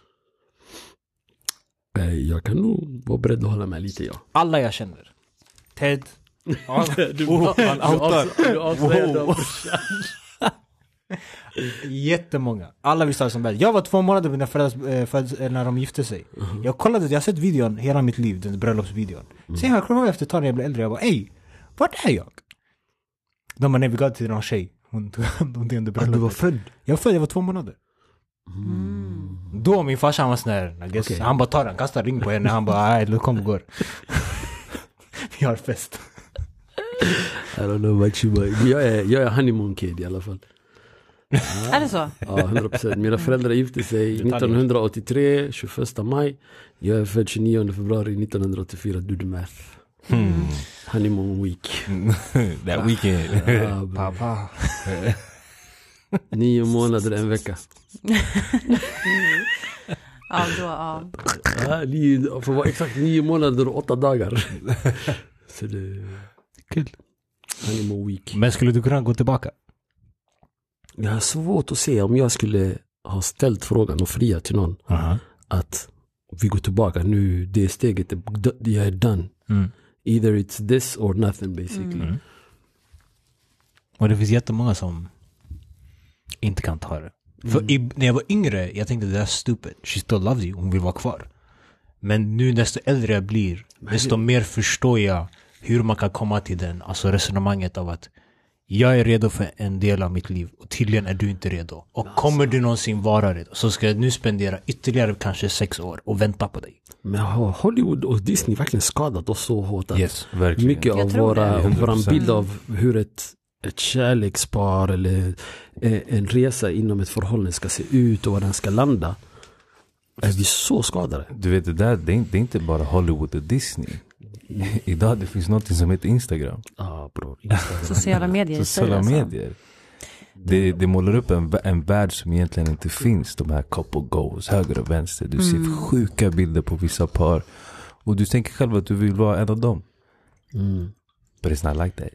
Speaker 2: Eh, Jag kan nog vara beredd att hålla med lite ja.
Speaker 3: Alla jag känner. Ted.
Speaker 2: <laughs> Du, <laughs>
Speaker 3: Oh, han
Speaker 2: du
Speaker 3: outar.
Speaker 2: avs- du avslöjar dem. <laughs>
Speaker 3: Wow. Jättemånga. Alla vi startade som bastards. Jag var två månader med mina föräldrar eh, föds- eh, när de gifte sig.
Speaker 2: Mhm.
Speaker 3: Jag kollade, jag har sett videon hela mitt liv, den bröllopsvideon.
Speaker 2: Mm.
Speaker 3: Sen jag kom ihåg efter ett tag när jag blev äldre, jag bara ey, vart är jag? De bara nej vi gav till någon tjej. Hon tog hand om det under
Speaker 2: Ah, Du var
Speaker 3: bröllopet.
Speaker 2: född?
Speaker 3: Jag var född, jag var två månader.
Speaker 2: Mm.
Speaker 1: Mm.
Speaker 3: Då min farsa han var sån där, I guess,
Speaker 2: Okej.
Speaker 3: han bara tar den, kastar ring på henne, han bara nej, du kom och går. <laughs> Vi
Speaker 2: <laughs>
Speaker 3: har fest.
Speaker 2: I don't know about you boy. Jag är, jag är honeymoon kid i alla
Speaker 3: <laughs>
Speaker 2: fall.
Speaker 1: Är det så?
Speaker 2: Ja, 100 procent. Mina föräldrar gifte sig 1983, 21 maj. Jag är född 29 februari 1984, do the math. Hmm. Honeymoon <laughs> week.
Speaker 4: That weekend.
Speaker 2: Ja, bro.
Speaker 3: Pappa.
Speaker 2: Nio månader, en vecka.
Speaker 1: Mm. Ja, då, ja.
Speaker 2: Ja, nio, för att vara exakt nio månader och åtta dagar. Så det... Kul. Honeymoon week.
Speaker 3: Men skulle du kunna gå tillbaka?
Speaker 2: Jag har svårt att se om jag skulle ha ställt frågan och friat till någon
Speaker 3: Aha.
Speaker 2: att vi går tillbaka nu, det steget, är- d- jag är done.
Speaker 3: Mm.
Speaker 2: Either it's this or nothing basically.
Speaker 3: Mm. Och det finns jättemånga som inte kan ta det.
Speaker 4: Mm.
Speaker 3: För i, när jag var yngre, jag tänkte that's stupid. She still loves you, hon vill vara kvar. Men nu desto äldre jag blir, desto mer förstår jag hur man kan komma till den, alltså resonemanget av att jag är redo för en del av mitt liv och tydligen är du inte redo. Och
Speaker 4: Alltså.
Speaker 3: kommer du någonsin vara redo så ska jag nu spendera ytterligare kanske sex år och vänta på dig.
Speaker 2: Men har Hollywood och Disney verkligen skadat oss så hårt? Att
Speaker 4: Yes, verkligen.
Speaker 2: Mycket
Speaker 1: Jag
Speaker 2: av
Speaker 1: tror
Speaker 2: våra,
Speaker 4: det.
Speaker 2: våran
Speaker 4: 100%.
Speaker 2: bild av hur ett, ett kärlekspar eller eh, en resa inom ett förhållande ska se ut och var den ska landa. Är vi så skadade?
Speaker 4: Du vet det där, det är, inte- det är inte bara Hollywood och Disney. <laughs> Idag det finns något som heter Instagram.
Speaker 2: Ja <laughs> bror.
Speaker 1: Sociala medier i sig
Speaker 4: Sociala
Speaker 1: alltså.
Speaker 4: medier. Det, det målar upp en, vä- en värld som egentligen inte finns. De här couple goals, höger och vänster. Du ser
Speaker 1: Mm.
Speaker 4: sjuka bilder på vissa par. Och du tänker själv att du vill vara en av dem.
Speaker 2: Mm.
Speaker 4: But it's not like that.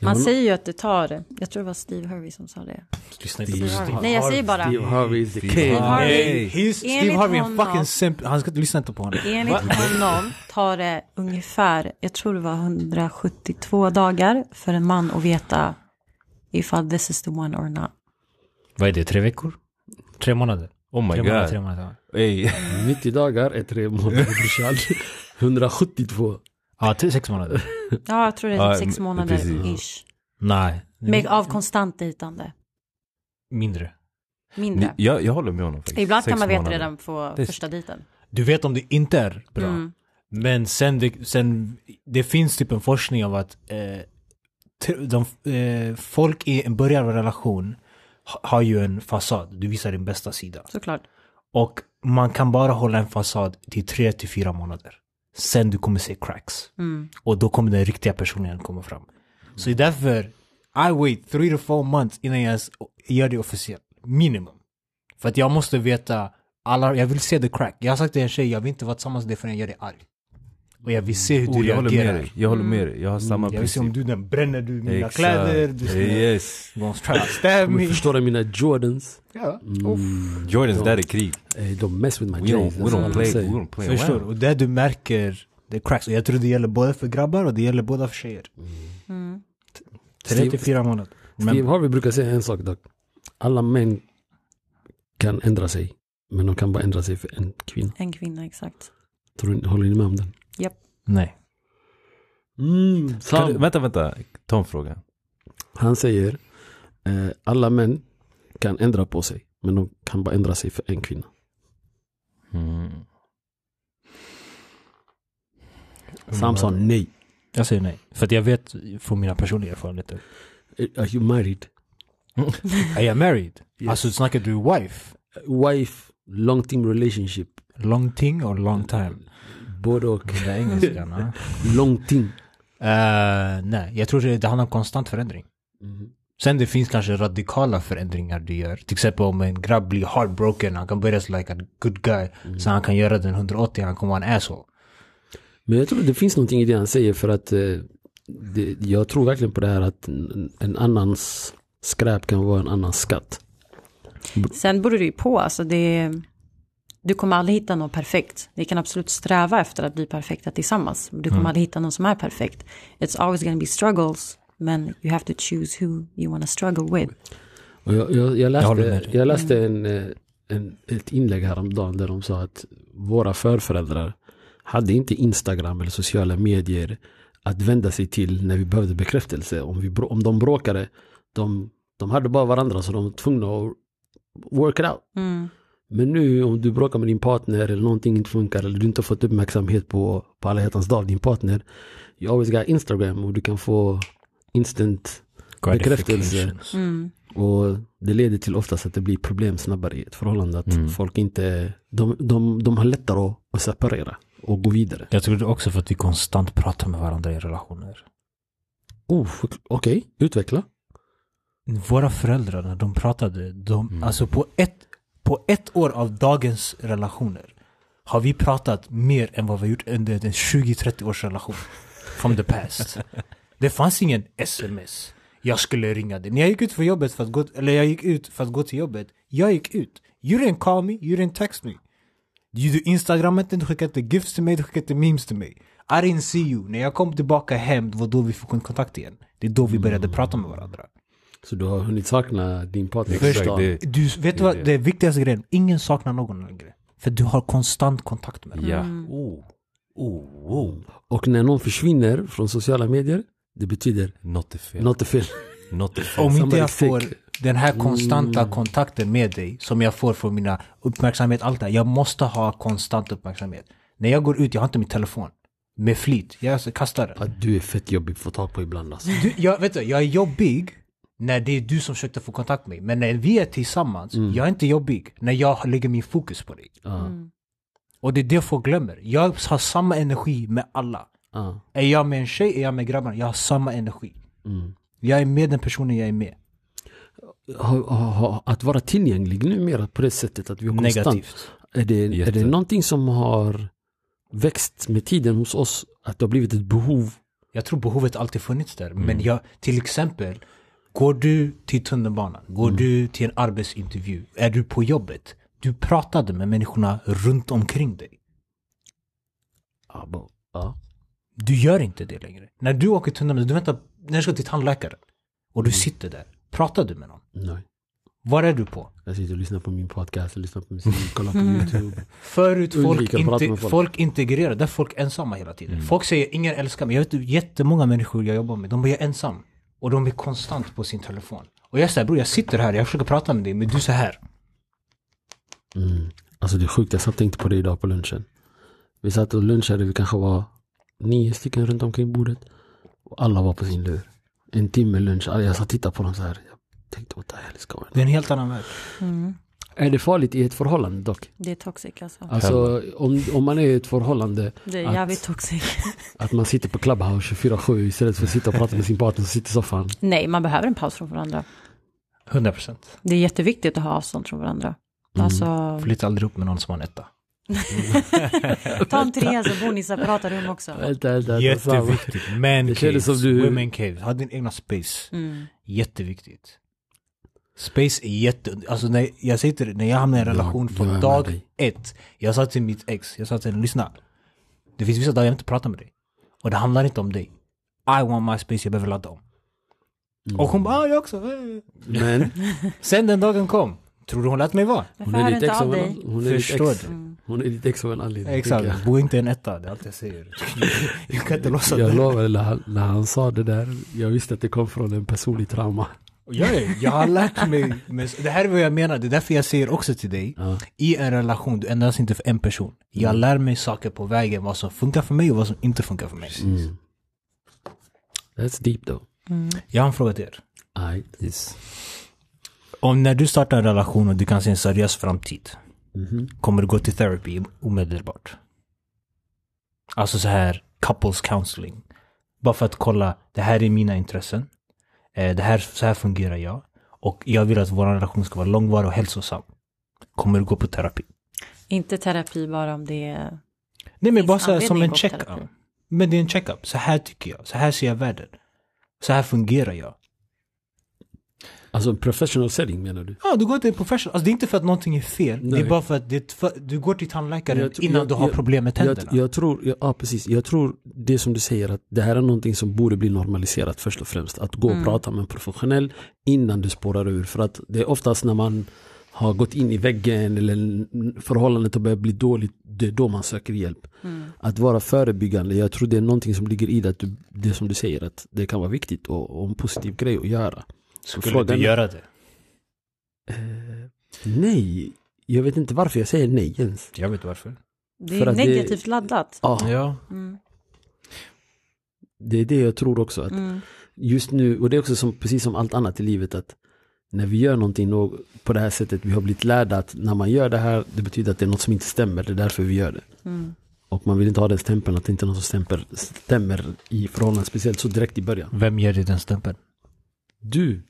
Speaker 1: Man säger ju att det tar, jag tror det var Steve Harvey som sa det.
Speaker 3: Lyssna inte på
Speaker 1: Steve Harvey.
Speaker 3: Steve
Speaker 1: Nej jag säger bara,
Speaker 2: Harvey the
Speaker 1: Harvey.
Speaker 3: Nej, he's- Steve
Speaker 1: Enligt
Speaker 3: Harvey är en
Speaker 1: honom-
Speaker 3: fucking simp. Han ska inte lyssna inte på honom.
Speaker 1: enligt honom tar det ungefär, jag tror det var 172 dagar för en man att veta ifall this is the one or not.
Speaker 3: Vad är det, tre veckor? Tre månader?
Speaker 4: Oh my
Speaker 3: tre månader, tre
Speaker 4: god.
Speaker 3: månader.
Speaker 4: Ey.
Speaker 2: 90 dagar är tre månader brorsan. 172.
Speaker 3: Ja, till sex månader.
Speaker 1: Ja jag tror det är
Speaker 4: Ja,
Speaker 1: typ sex
Speaker 4: men-
Speaker 1: månader
Speaker 4: precis.
Speaker 1: ish.
Speaker 3: Nej,
Speaker 4: Mm.
Speaker 1: Med, av konstant dejtande.
Speaker 3: mindre.
Speaker 4: <laughs> Ni,
Speaker 1: Mindre.
Speaker 4: jag, jag håller med honom faktiskt.
Speaker 1: Ibland
Speaker 4: Sex
Speaker 1: kan man veta
Speaker 4: månader.
Speaker 1: redan på
Speaker 4: Det är-
Speaker 1: första dejten.
Speaker 3: Du vet om det inte är bra.
Speaker 1: Mm.
Speaker 3: Men sen det, sen, det finns typ en forskning av att eh, t- de, eh, folk i en början av en relation ha- har ju en fasad. Du visar din bästa sida.
Speaker 1: Såklart.
Speaker 3: Och man kan bara hålla en fasad till tre till fyra månader. Sen du kommer se cracks.
Speaker 1: Mm.
Speaker 3: Och då kommer den riktiga personen komma fram. Så det är därför, I wait three to four months innan jag ens gör det officiellt. Minimum. För att jag måste veta, alla, jag vill se the crack. Jag har sagt till en tjej, jag vill inte vara tillsammans med dig förrän jag gör dig arg. Och jag vill se hur du
Speaker 4: Oh, jag håller med
Speaker 3: reagerar.
Speaker 4: dig. Jag håller med dig. Jag har
Speaker 1: Mm.
Speaker 4: samma
Speaker 3: Jag vill se om du den bränner du mina
Speaker 4: Exakt.
Speaker 3: kläder, du snäll.
Speaker 4: Yes.
Speaker 3: You gonna try to stab
Speaker 4: <laughs>
Speaker 2: Men
Speaker 3: me.
Speaker 2: förstår du mina Jordans?
Speaker 3: Ja.
Speaker 4: Oh. Jordans, där är krig.
Speaker 2: Eh, De mess with my alltså,
Speaker 4: We don't,
Speaker 2: J's.
Speaker 4: we don't play, we don't play
Speaker 3: Förstår du?
Speaker 4: around.
Speaker 3: Och där du märker the cracks. Och jag tror det gäller både för grabbar och det gäller båda för tjejer.
Speaker 1: Mm.
Speaker 3: Tre till fyra månader.
Speaker 2: Steve
Speaker 3: Men,
Speaker 2: Harvey brukar säga en sak dock. Alla män kan ändra sig. Men de kan bara ändra sig för en kvinna.
Speaker 1: En kvinna exakt.
Speaker 2: Tror ni, håller ni med om den?
Speaker 3: nej.
Speaker 2: Mm,
Speaker 4: Kan du, vänta, vänta. Ta en fråga.
Speaker 2: Han säger eh, alla män kan ändra på sig. Men de kan bara ändra sig för en kvinna.
Speaker 4: Mm.
Speaker 2: Sam sa nej.
Speaker 3: Jag säger nej. För att jag vet från mina personliga erfarenheter.
Speaker 2: Eh, Are you married?
Speaker 3: Är jag married? Alltså snackar du wife?
Speaker 2: Wife, long term relationship.
Speaker 3: Long thing or long time?
Speaker 2: Både och.
Speaker 3: Det är engelskan. ja.
Speaker 2: Long term.
Speaker 3: Eh, nej, jag tror det det handlar om konstant förändring.
Speaker 2: Mm.
Speaker 3: Sen det finns kanske radikala förändringar du gör. Till exempel om en grabb blir heartbroken, han kan börja som like a good guy. Sen han kan göra den 180, han kommer vara en asshole.
Speaker 2: Men jag tror det finns någonting i det han säger för att eh, det, jag tror verkligen på det här att en, en annans skräp kan vara en annans skatt.
Speaker 4: Mm.
Speaker 1: Sen beror det ju på, alltså det, du kommer aldrig hitta någon perfekt. Ni kan absolut sträva efter att bli perfekta tillsammans. men Du
Speaker 4: Mm.
Speaker 1: kommer aldrig hitta någon som är perfekt. It's always gonna be struggles, men you have to choose who you wanna struggle with.
Speaker 2: Och jag, jag, jag
Speaker 3: Jag håller med
Speaker 2: läste,
Speaker 3: dig.
Speaker 2: jag läste en, eh, en, ett inlägg häromdagen där de sa att våra förföräldrar hade inte Instagram eller sociala medier att vända sig till när vi behövde bekräftelse. Om, vi, brå- om de bråkade, de, de hade bara varandra så de var tvungna att work it out.
Speaker 1: Mm.
Speaker 2: Men nu om du bråkar med din partner eller någonting inte funkar eller du inte har fått uppmärksamhet på, på alla hjärtans dag av din partner. You always got Instagram och du kan få instant bekräftelse.
Speaker 1: Mm.
Speaker 2: Och det leder till oftast att det blir problem snabbare i ett förhållande. Att
Speaker 4: Mm.
Speaker 2: folk inte, de, de, de har lättare att, att separera och gå vidare.
Speaker 3: Jag tror det är också för att vi konstant pratar med varandra i relationer.
Speaker 2: Oh, förkl- Okej, utveckla.
Speaker 3: Våra föräldrar när de pratade, de,
Speaker 4: Mm.
Speaker 3: alltså på ett, på ett år av dagens relationer har vi pratat mer än vad vi har gjort under en 20-30 års relation. From the past. det fanns ingen sms. Jag skulle ringa dig. När jag gick ut för jobbet för att gå, eller jag gick ut för att gå till jobbet. Jag gick ut. You didn't call me, you didn't text me. Du, du instagrammade inte, du skickade inte gifs till mig, du skickade inte memes till mig. I didn't see you. När jag kom tillbaka hem, det var då vi fick kontakt igen. Det är då vi började prata med varandra.
Speaker 2: Så du har hunnit sakna din partner?
Speaker 4: Exakt, det,
Speaker 3: Du, vet du vad, Eh, det är viktigaste grejen, ingen saknar någon längre. För du har konstant kontakt med den.
Speaker 4: ja.
Speaker 2: Mm.
Speaker 3: Oh.
Speaker 4: Oh, oh.
Speaker 2: Och när någon försvinner från sociala medier, det betyder
Speaker 4: Något är fel.
Speaker 2: något är fel. <laughs>
Speaker 4: Något är fel.
Speaker 3: Om inte
Speaker 2: Somebody
Speaker 3: jag får
Speaker 2: sick.
Speaker 3: den här konstanta kontakten med dig, som jag får från mina uppmärksamhet, allt det här. Jag måste ha konstant uppmärksamhet. När jag går ut, jag har inte min telefon. Med flit. Jag kastar den.
Speaker 2: Att du är fett jobbig att få tag på ibland alltså.
Speaker 3: Du, jag, vet du, jag är jobbig när det är du som försökte få kontakt med mig. Men när vi är tillsammans, jag är inte jobbig när jag lägger min fokus på dig.
Speaker 2: Ja,
Speaker 3: Och det är det folk glömmer. Jag har samma energi med alla.
Speaker 2: ja.
Speaker 3: Är jag med en tjej, är jag med grabbarna. Jag har samma energi. Jag är med den personen jag är med.
Speaker 2: Ha, ha, ha, att vara tillgänglig numera på det sättet att vi har konstant.
Speaker 3: Negativt.
Speaker 2: Är det, är
Speaker 4: Jätte.
Speaker 2: det någonting som har växt med tiden hos oss? Att det har blivit ett behov?
Speaker 3: Jag tror behovet alltid funnits där. Men jag, till exempel, går du till tunnelbanan, går du till en arbetsintervju, är du på jobbet, du pratade med människorna runt omkring dig.
Speaker 2: Ja, bara- ja.
Speaker 3: Du gör inte det längre. När du åker tunnelbanan, du väntar, när du ska till tandläkaren och du sitter där, pratar du med någon?
Speaker 2: Nej.
Speaker 3: Var är du på?
Speaker 2: Jag sitter och lyssnar på min podcast, jag lyssnar på musik, kollar på <laughs> YouTube.
Speaker 3: Förut folk,
Speaker 2: Undvika att prata
Speaker 3: inte,
Speaker 2: med
Speaker 3: folk. Mm.
Speaker 2: folk.
Speaker 3: integrerar, där är folk ensamma hela tiden. Folk säger ingen älskar mig. Jag vet jättemånga människor jag jobbar med, de blir ensam. Och de är konstant på sin telefon. Och jag säger bror jag sitter här, jag försöker prata med dig, men du är så här.
Speaker 2: Alltså det är sjukt, jag satt och tänkte på det idag på lunchen. Vi satt och lunchade, vi kanske var nio stycken runt omkring bordet. Och alla var på sin lur. En timme lunch, Alla- jag satt och tittade på dem så här. Jag tänkte, what the hell is going on?
Speaker 3: Det är en helt annan värld.
Speaker 2: Är det farligt i ett förhållande dock?
Speaker 1: Mm. Det är toxic alltså.
Speaker 2: Alltså om, om man är i ett förhållande,
Speaker 1: Det är
Speaker 2: Att-
Speaker 1: jävligt toxic.
Speaker 2: att man sitter på Clubhouse 24-7 istället för att sitta och prata med sin partner som sitter i soffan.
Speaker 1: Nej, man behöver en paus från varandra.
Speaker 3: 100%. procent.
Speaker 1: Det är jätteviktigt att ha avstånd från varandra.
Speaker 4: Mm.
Speaker 1: Alltså,
Speaker 3: Flytta aldrig upp med någon som har en etta.
Speaker 1: ta en trea så bor ni i separata rum också.
Speaker 2: Vänta, vänta, vänta, samma.
Speaker 3: Jätteviktigt.
Speaker 2: <laughs>
Speaker 3: Man
Speaker 2: Det kändes
Speaker 3: caves,
Speaker 2: som du-
Speaker 3: women caves. Ha din egna space.
Speaker 1: Mm.
Speaker 3: Jätteviktigt. Space är jätte... Alltså när jag säger till dig, när jag hamnar i en relation
Speaker 2: jag är
Speaker 3: från
Speaker 2: med
Speaker 3: dag
Speaker 2: dig.
Speaker 3: ett. Jag sa till mitt ex, jag sa till henne, lyssna. Det finns vissa dagar jag inte pratar med dig. Och det handlar inte om dig. I want my space, jag behöver ladda om. Och hon bara, ah, jag också. <laughs> eh.
Speaker 2: Men
Speaker 3: Sen den dagen kom, tror du hon lät mig vara?
Speaker 1: Varför
Speaker 2: hon
Speaker 1: hör
Speaker 2: är
Speaker 1: du
Speaker 2: ditt
Speaker 1: inte
Speaker 2: ex
Speaker 1: av
Speaker 2: av
Speaker 1: dig? Mm.
Speaker 2: en, hon är ditt
Speaker 3: Förstår
Speaker 2: ex.
Speaker 3: du?
Speaker 2: Hon är ditt ex av en anledning. tänker
Speaker 3: Exakt, bo inte i en etta, det är allt
Speaker 2: <laughs>
Speaker 3: jag säger. jag kan inte låtsas
Speaker 2: Jag, jag
Speaker 3: det.
Speaker 2: lovar, när han, när han sa det där, jag visste att det kom från en personlig trauma.
Speaker 3: Jag, är- jag har lärt mig, men det här är vad jag menar, det är därför jag säger också till dig, i en relation, du ändras inte för en person. Jag lär mig saker på vägen, vad som funkar för mig och vad som inte funkar för mig.
Speaker 2: Mm. That's deep though.
Speaker 1: Mm.
Speaker 3: Jag har en fråga till er.
Speaker 2: I,
Speaker 3: Om när du startar en relation och du kan se en seriös framtid,
Speaker 2: Mhm.
Speaker 3: kommer du gå till therapy omedelbart? Alltså så här, couples counseling. Bara för att kolla, det här är mina intressen. Eh, Det här, så här fungerar jag. Och jag vill att vår relation ska vara långvarig och hälsosam. Kommer du gå på terapi?
Speaker 1: Inte terapi bara om det är...
Speaker 3: Nej men
Speaker 1: Finns
Speaker 3: bara så här,
Speaker 1: anledning
Speaker 3: som
Speaker 1: att
Speaker 3: en
Speaker 1: gå på
Speaker 3: check-up.
Speaker 1: terapi?
Speaker 3: Men det är en check-up. Så här tycker jag. Så här ser jag världen. Så här fungerar jag.
Speaker 2: alltså en professional setting menar du?
Speaker 3: Ja, du går till en professional. Alltså det är inte för att någonting är fel. Det
Speaker 2: Nej.
Speaker 3: är bara för att det är ett för, du går till tandläkaren
Speaker 2: Jag tr-
Speaker 3: innan
Speaker 2: jag-
Speaker 3: du har
Speaker 2: jag-
Speaker 3: problem med
Speaker 2: Jag,
Speaker 3: tänderna.
Speaker 2: jag tror, ja, ja precis, jag tror det som du säger att det här är någonting som borde bli normaliserat först och främst. Att gå och
Speaker 3: Mm.
Speaker 2: prata med en professionell innan du spårar ur. För att det är oftast när man har gått in i väggen eller n- förhållandet har börjat bli dåligt, det är då man söker hjälp.
Speaker 1: Mm.
Speaker 2: Att vara förebyggande, jag tror det är någonting som ligger i det, att du, det som du säger, att det kan vara viktigt och, och en positiv grej att göra.
Speaker 3: Skulle
Speaker 2: frågan
Speaker 3: du
Speaker 2: är-
Speaker 3: göra det?
Speaker 2: Nej, jag vet inte varför jag säger nej ens.
Speaker 3: Jag vet varför.
Speaker 1: Det
Speaker 2: För
Speaker 1: är
Speaker 2: att det-
Speaker 1: negativt laddat.
Speaker 2: Ja,
Speaker 3: Ja.
Speaker 1: Mm.
Speaker 2: det är det jag tror också. Att
Speaker 1: Mm.
Speaker 2: just nu, och det är också som, precis som allt annat i livet, att när vi gör någonting nå- på det här sättet, vi har blivit lärda att när man gör det här, det betyder att det är något som inte stämmer, det är därför vi gör det.
Speaker 1: mm.
Speaker 2: Och man vill inte ha den stämpeln att det inte är något som stämper, stämmer i förhållandet, speciellt så direkt i början.
Speaker 3: Vem ger dig den stämpeln?
Speaker 2: Du,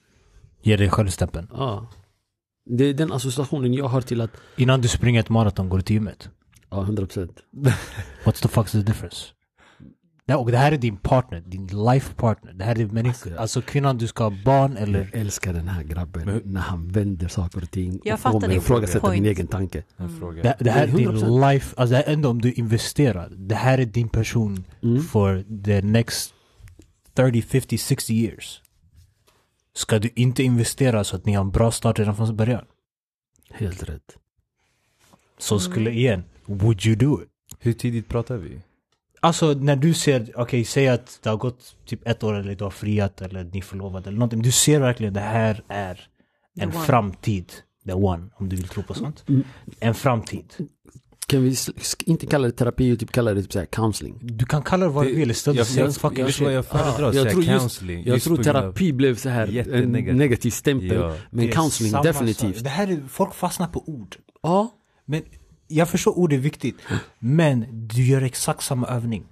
Speaker 3: Ger dig själv stämpeln.
Speaker 2: ja. Det är den associationen jag har till att,
Speaker 3: Innan du springer ett maraton går du till gymmet.
Speaker 2: ja 100 procent.
Speaker 3: What's the fuck's the difference? Det, och det här är din partner, din life partner. Det här är människan, alltså kvinnan du ska ha barn eller...
Speaker 2: Jag älskar den här grabben när han vänder saker och ting
Speaker 1: Jag
Speaker 2: och får
Speaker 1: fattar
Speaker 2: mig
Speaker 1: din
Speaker 2: att ifrågasätta
Speaker 1: point.
Speaker 2: min egen tanke.
Speaker 4: En fråga.
Speaker 3: Det, det här är din
Speaker 2: 100%.
Speaker 3: life, alltså det här är ändå om du investerar. Det här är din person
Speaker 2: Mm.
Speaker 3: för the next 30, 50, 60 years. Ska du inte investera så att ni har en bra start redan från början?
Speaker 2: Helt rätt.
Speaker 3: Så skulle igen, would you do it?
Speaker 4: Hur tidigt pratar vi?
Speaker 3: Alltså när du ser, okej säg att det har gått typ ett år eller du har friat eller ni är förlovade eller någonting. Du ser verkligen det här är
Speaker 1: The
Speaker 3: en
Speaker 1: one.
Speaker 3: framtid. The one, om du vill tro på sånt. En framtid.
Speaker 2: Kan vi s- s- inte kalla det terapi och typ kalla det typ så här counseling?
Speaker 3: Du kan kalla det vad du vill,
Speaker 4: jag,
Speaker 3: istället för
Speaker 4: jag,
Speaker 3: fucking
Speaker 4: jag,
Speaker 3: shit.
Speaker 4: jag, jag föredrar att säga counseling.
Speaker 2: just, jag
Speaker 4: just
Speaker 2: tror
Speaker 4: på grund av-
Speaker 2: terapi blev så här en
Speaker 4: Jättenegativt.
Speaker 2: negativ stämpel.
Speaker 4: Ja.
Speaker 2: Men
Speaker 3: Det är
Speaker 2: counseling
Speaker 3: samma
Speaker 2: definitivt.
Speaker 3: sak. Det här är, folk fastnar på ord.
Speaker 2: Ja,
Speaker 3: Men jag förstår ord är viktigt. Men du gör exakt samma övning.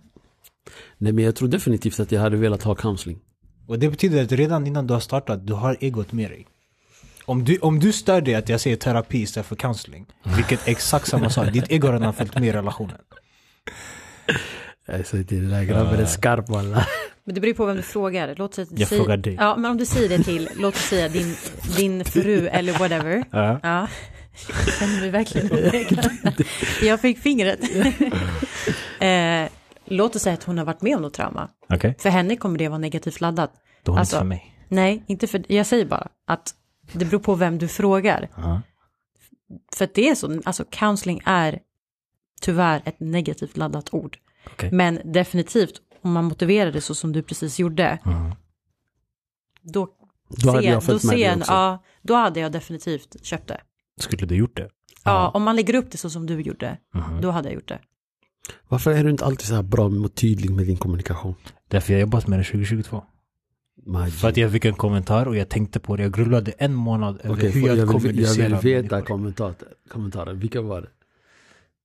Speaker 2: nej men jag tror definitivt att jag hade velat ha counseling.
Speaker 3: Och det betyder att redan innan du har startat, du har egot med dig. Om du, om du stör dig att jag säger terapi istället för counseling, vilket är exakt samma sak, ditt ego har redan följt med i relationen.
Speaker 2: Alltså det där grabben är skarp alla.
Speaker 1: Men det beror på vem du frågar. Låt säga, att du
Speaker 3: Jag
Speaker 1: säger-
Speaker 3: frågar dig.
Speaker 1: Ja, men om du säger det till, låt oss säga din, din fru eller whatever.
Speaker 3: Ja.
Speaker 1: Ja. Jag känner mig verkligen olägen.
Speaker 2: <laughs>
Speaker 1: Jag fick fingret. <laughs> eh, låt oss säga att hon har varit med om något trauma.
Speaker 3: Okej.
Speaker 1: För henne kommer det vara negativt laddat.
Speaker 3: Då är det
Speaker 1: Alltså,
Speaker 3: inte för mig.
Speaker 1: Nej, inte för, jag säger bara att det beror på vem du frågar.
Speaker 3: Ja.
Speaker 1: För att det är så, alltså counseling är tyvärr ett negativt laddat ord.
Speaker 3: Okej.
Speaker 1: Men definitivt, om man motiverar det så som du precis gjorde, då,
Speaker 2: Då hade
Speaker 1: ser-
Speaker 2: jag följt
Speaker 1: då
Speaker 2: med
Speaker 1: ser
Speaker 2: dig
Speaker 1: en-
Speaker 2: också.
Speaker 1: ja, Då hade jag definitivt köpt det.
Speaker 3: Skulle du gjort det? Mhm.
Speaker 1: Ja, om man lägger upp det så som du gjorde, då hade jag gjort
Speaker 3: <laughs>
Speaker 1: det.
Speaker 2: Varför är du inte alltid så här bra och tydlig med din kommunikation?
Speaker 3: Därför jag jobbat med det 2022.
Speaker 2: My
Speaker 3: För att jag fick en kommentar och jag tänkte på det. Jag grubblade en månad över
Speaker 2: Okej,
Speaker 3: hur
Speaker 2: får-
Speaker 3: jag,
Speaker 2: jag, vill, jag
Speaker 3: kommunicerar.
Speaker 2: vill veta
Speaker 3: människor.
Speaker 2: kommentarer. kommentarer. Vilka var det?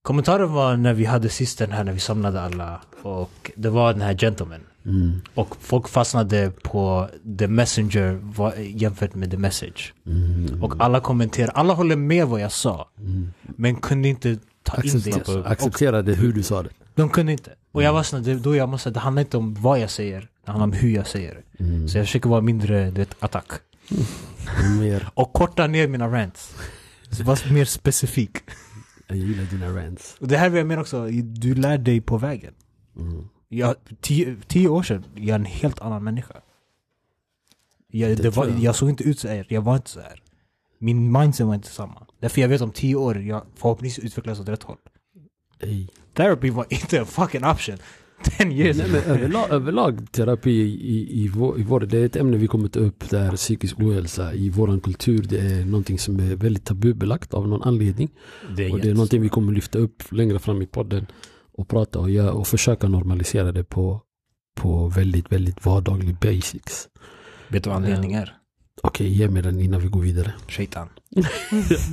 Speaker 3: Kommentaren var när vi hade sist den här när vi samlade alla och det var den här gentleman. Och folk fastnade på the messenger va- jämfört med the message. Och alla kommenterar, alla håller med vad jag sa. Men kunde inte ta in det jag sa. Och
Speaker 2: Accepterade hur du sa det.
Speaker 3: de kunde inte. Och jag var sån, det- då jag måste, det handlar inte om vad jag säger, det handlar om hur jag säger det. Så jag försöker vara mindre, du vet, attack.
Speaker 2: Mer,
Speaker 3: Och korta ner mina rants. <laughs> Så var mer specifik.
Speaker 2: jag gillar dina rants.
Speaker 3: Och det här vill jag menar också, du lär dig på vägen. Jag, tio, tio år sedan, jag är en helt annan människa. Jag, det var,
Speaker 2: tror jag.
Speaker 3: jag såg inte ut så här, jag var inte så här. Min mindset var inte samma. Därför jag vet om tio år, jag förhoppningsvis utvecklas åt rätt håll.
Speaker 2: Ej.
Speaker 3: Therapy var <laughs> inte en fucking option. Ten years.
Speaker 2: Nej, men överlag, överlag terapi i, i, vår, i vår, det är ett ämne vi kommit upp där psykisk ohälsa i vår kultur det är någonting som är väldigt tabubelagt av någon anledning.
Speaker 3: det
Speaker 2: Och det är någonting vi kommer lyfta upp längre fram i podden och prata och, göra, och försöka normalisera det på, på väldigt, väldigt vardaglig basics.
Speaker 3: Vet du vad anledningen är?
Speaker 2: Okej, ge mig den innan vi går vidare.
Speaker 3: Shaitan.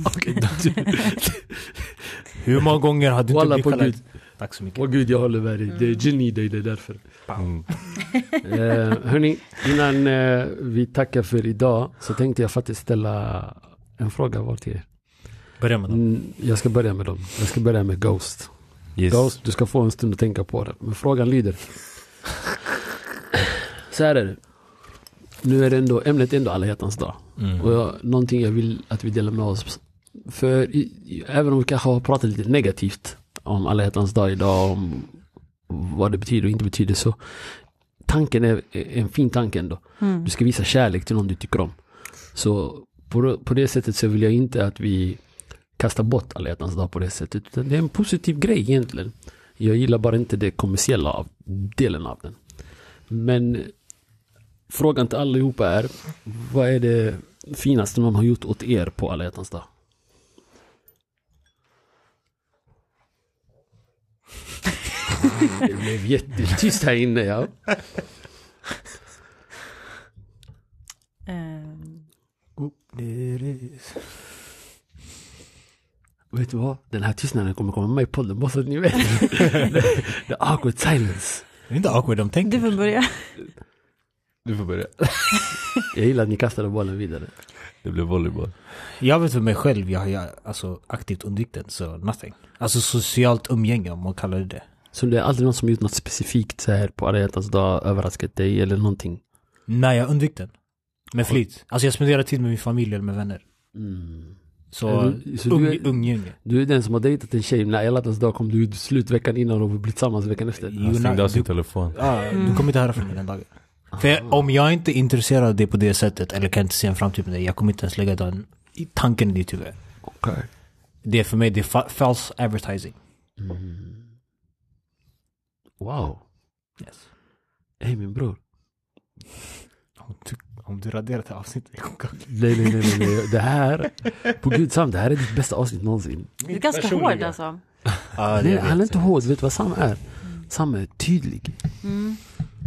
Speaker 2: Okej, <laughs>
Speaker 3: <laughs> Hur många gånger har du
Speaker 2: Wallah,
Speaker 3: inte
Speaker 2: på
Speaker 3: blivit kallad?
Speaker 2: Gud.
Speaker 3: Tack så mycket.
Speaker 2: Åh gud, jag håller med dig. Det är geni i dig, det är därför.
Speaker 4: Mm.
Speaker 2: Eh, hörni, innan eh, vi tackar för idag så tänkte jag faktiskt ställa en fråga var till er.
Speaker 3: Börja med dem.
Speaker 2: Mm, jag ska börja med dem. Jag ska börja med Ghost.
Speaker 4: Yes.
Speaker 2: Ghost, du ska få en stund att tänka på det. Men frågan lyder. <laughs> Så här är det. Nu är det ändå, ämnet är ändå alla hjärtans dag.
Speaker 3: Mm.
Speaker 2: Och jag, någonting jag vill att vi delar med oss. För i, i, även om vi kanske har pratat lite negativt om alla hjärtans dag idag, om vad det betyder och inte betyder så. Tanken är är en fin tanke ändå.
Speaker 1: Mm. <laughs>
Speaker 2: Du ska visa kärlek till någon du tycker om. Så på, på det sättet så vill jag inte att vi kastar bort alla hjärtans dag på det sättet. Utan det är en positiv grej egentligen. Jag gillar bara inte det kommersiella av, delen av den. Men frågan till allihopa är, vad är det finaste någon har gjort åt er på alla hjärtans dag? Det blev jättetyst här inne. Ja.
Speaker 1: Ehm,
Speaker 2: Vet du vad? Den här tystnaden kommer komma med i podden, bara så att ni vet. <laughs> The awkward silence.
Speaker 3: Det är inte awkward de tänker.
Speaker 1: du får börja.
Speaker 4: Du får börja.
Speaker 2: Jag gillar att ni kastade bollen vidare.
Speaker 4: Det blev volleyboll.
Speaker 3: Jag vet för mig själv, jag har ju, alltså, aktivt undvikit den, så nothing. Alltså socialt umgänge om man kallar det det.
Speaker 2: Så det är aldrig någon som gjort något specifikt så här på alla hjärtans dag, överraskat dig eller någonting?
Speaker 3: Nej, jag undvek den. Med flit. Alltså jag spenderar tid med min familj eller med vänner. Mm. Så,
Speaker 2: Är du- så du
Speaker 3: ung,
Speaker 2: är-
Speaker 3: umgänge.
Speaker 2: Du är den som har dejtat en tjej, när alla hjärtans dag kom du ut slut veckan innan och blivit tillsammans veckan
Speaker 3: Mm.
Speaker 2: efter.
Speaker 4: Han stängde av
Speaker 3: du,
Speaker 4: sin telefon.
Speaker 3: ja, Ah, du kommer inte höra från mig den dagen. Mm. För jag, om jag inte är intresserad av det på det sättet eller kan inte se en framtid med det, jag kommer inte ens lägga den i tanken i ditt huvud.
Speaker 2: Okej.
Speaker 3: Det är för mig, det är fa- false advertising.
Speaker 2: Mm. Wow.
Speaker 3: Yes.
Speaker 2: Hej min bror.
Speaker 3: Om du, om du raderar det här avsnittet, jag kommer
Speaker 2: Nej, nej, nej, nej, nej. Det här, på gud Sam, det här är ditt bästa avsnitt någonsin.
Speaker 1: Du är ganska hård alltså.
Speaker 3: Ja,
Speaker 2: Nej,
Speaker 3: det
Speaker 2: han är
Speaker 3: vet
Speaker 2: inte
Speaker 3: jag.
Speaker 2: hård, vet du vad Sam är? Sam är tydlig.
Speaker 1: Mm.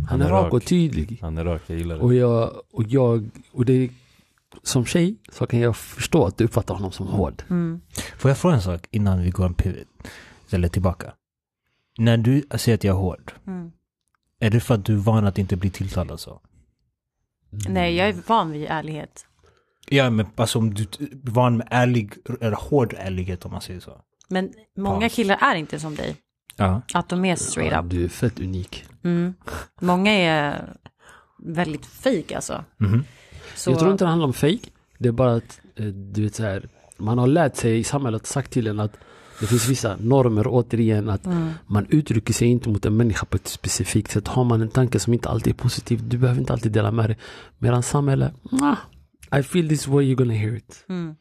Speaker 2: Han är rak och tydlig.
Speaker 4: Han är rak, jag gillar det.
Speaker 2: Och jag, och jag, och det, som tjej så kan jag förstå att du uppfattar honom som hård.
Speaker 1: Mm.
Speaker 3: Får jag fråga en sak innan vi går en pivot? Eller tillbaka. När du säger att jag är hård,
Speaker 1: Mm.
Speaker 3: är det för att du är van att inte bli tilltalad så?
Speaker 1: Nej, jag är van vid ärlighet.
Speaker 3: Ja men alltså om du är van med ärlig, eller hård ärlighet om man säger så.
Speaker 1: Men många
Speaker 3: Paus.
Speaker 1: killar är inte som dig.
Speaker 3: Ja.
Speaker 1: Att de är straight up.
Speaker 2: Du är fett unik.
Speaker 1: Mm. Många är väldigt fake alltså.
Speaker 3: Mhm.
Speaker 1: Så,
Speaker 2: Jag tror inte det handlar om fake. Det är bara att, eh, du vet så här, man har lärt sig i samhället, sagt till en att det finns vissa normer återigen att
Speaker 1: Mm.
Speaker 2: man uttrycker sig inte mot en människa på ett specifikt sätt. Har man en tanke som inte alltid är positiv, du behöver inte alltid dela med dig. Medan samhälle, "Mwah, I feel this way you're gonna hear it.
Speaker 1: Mm.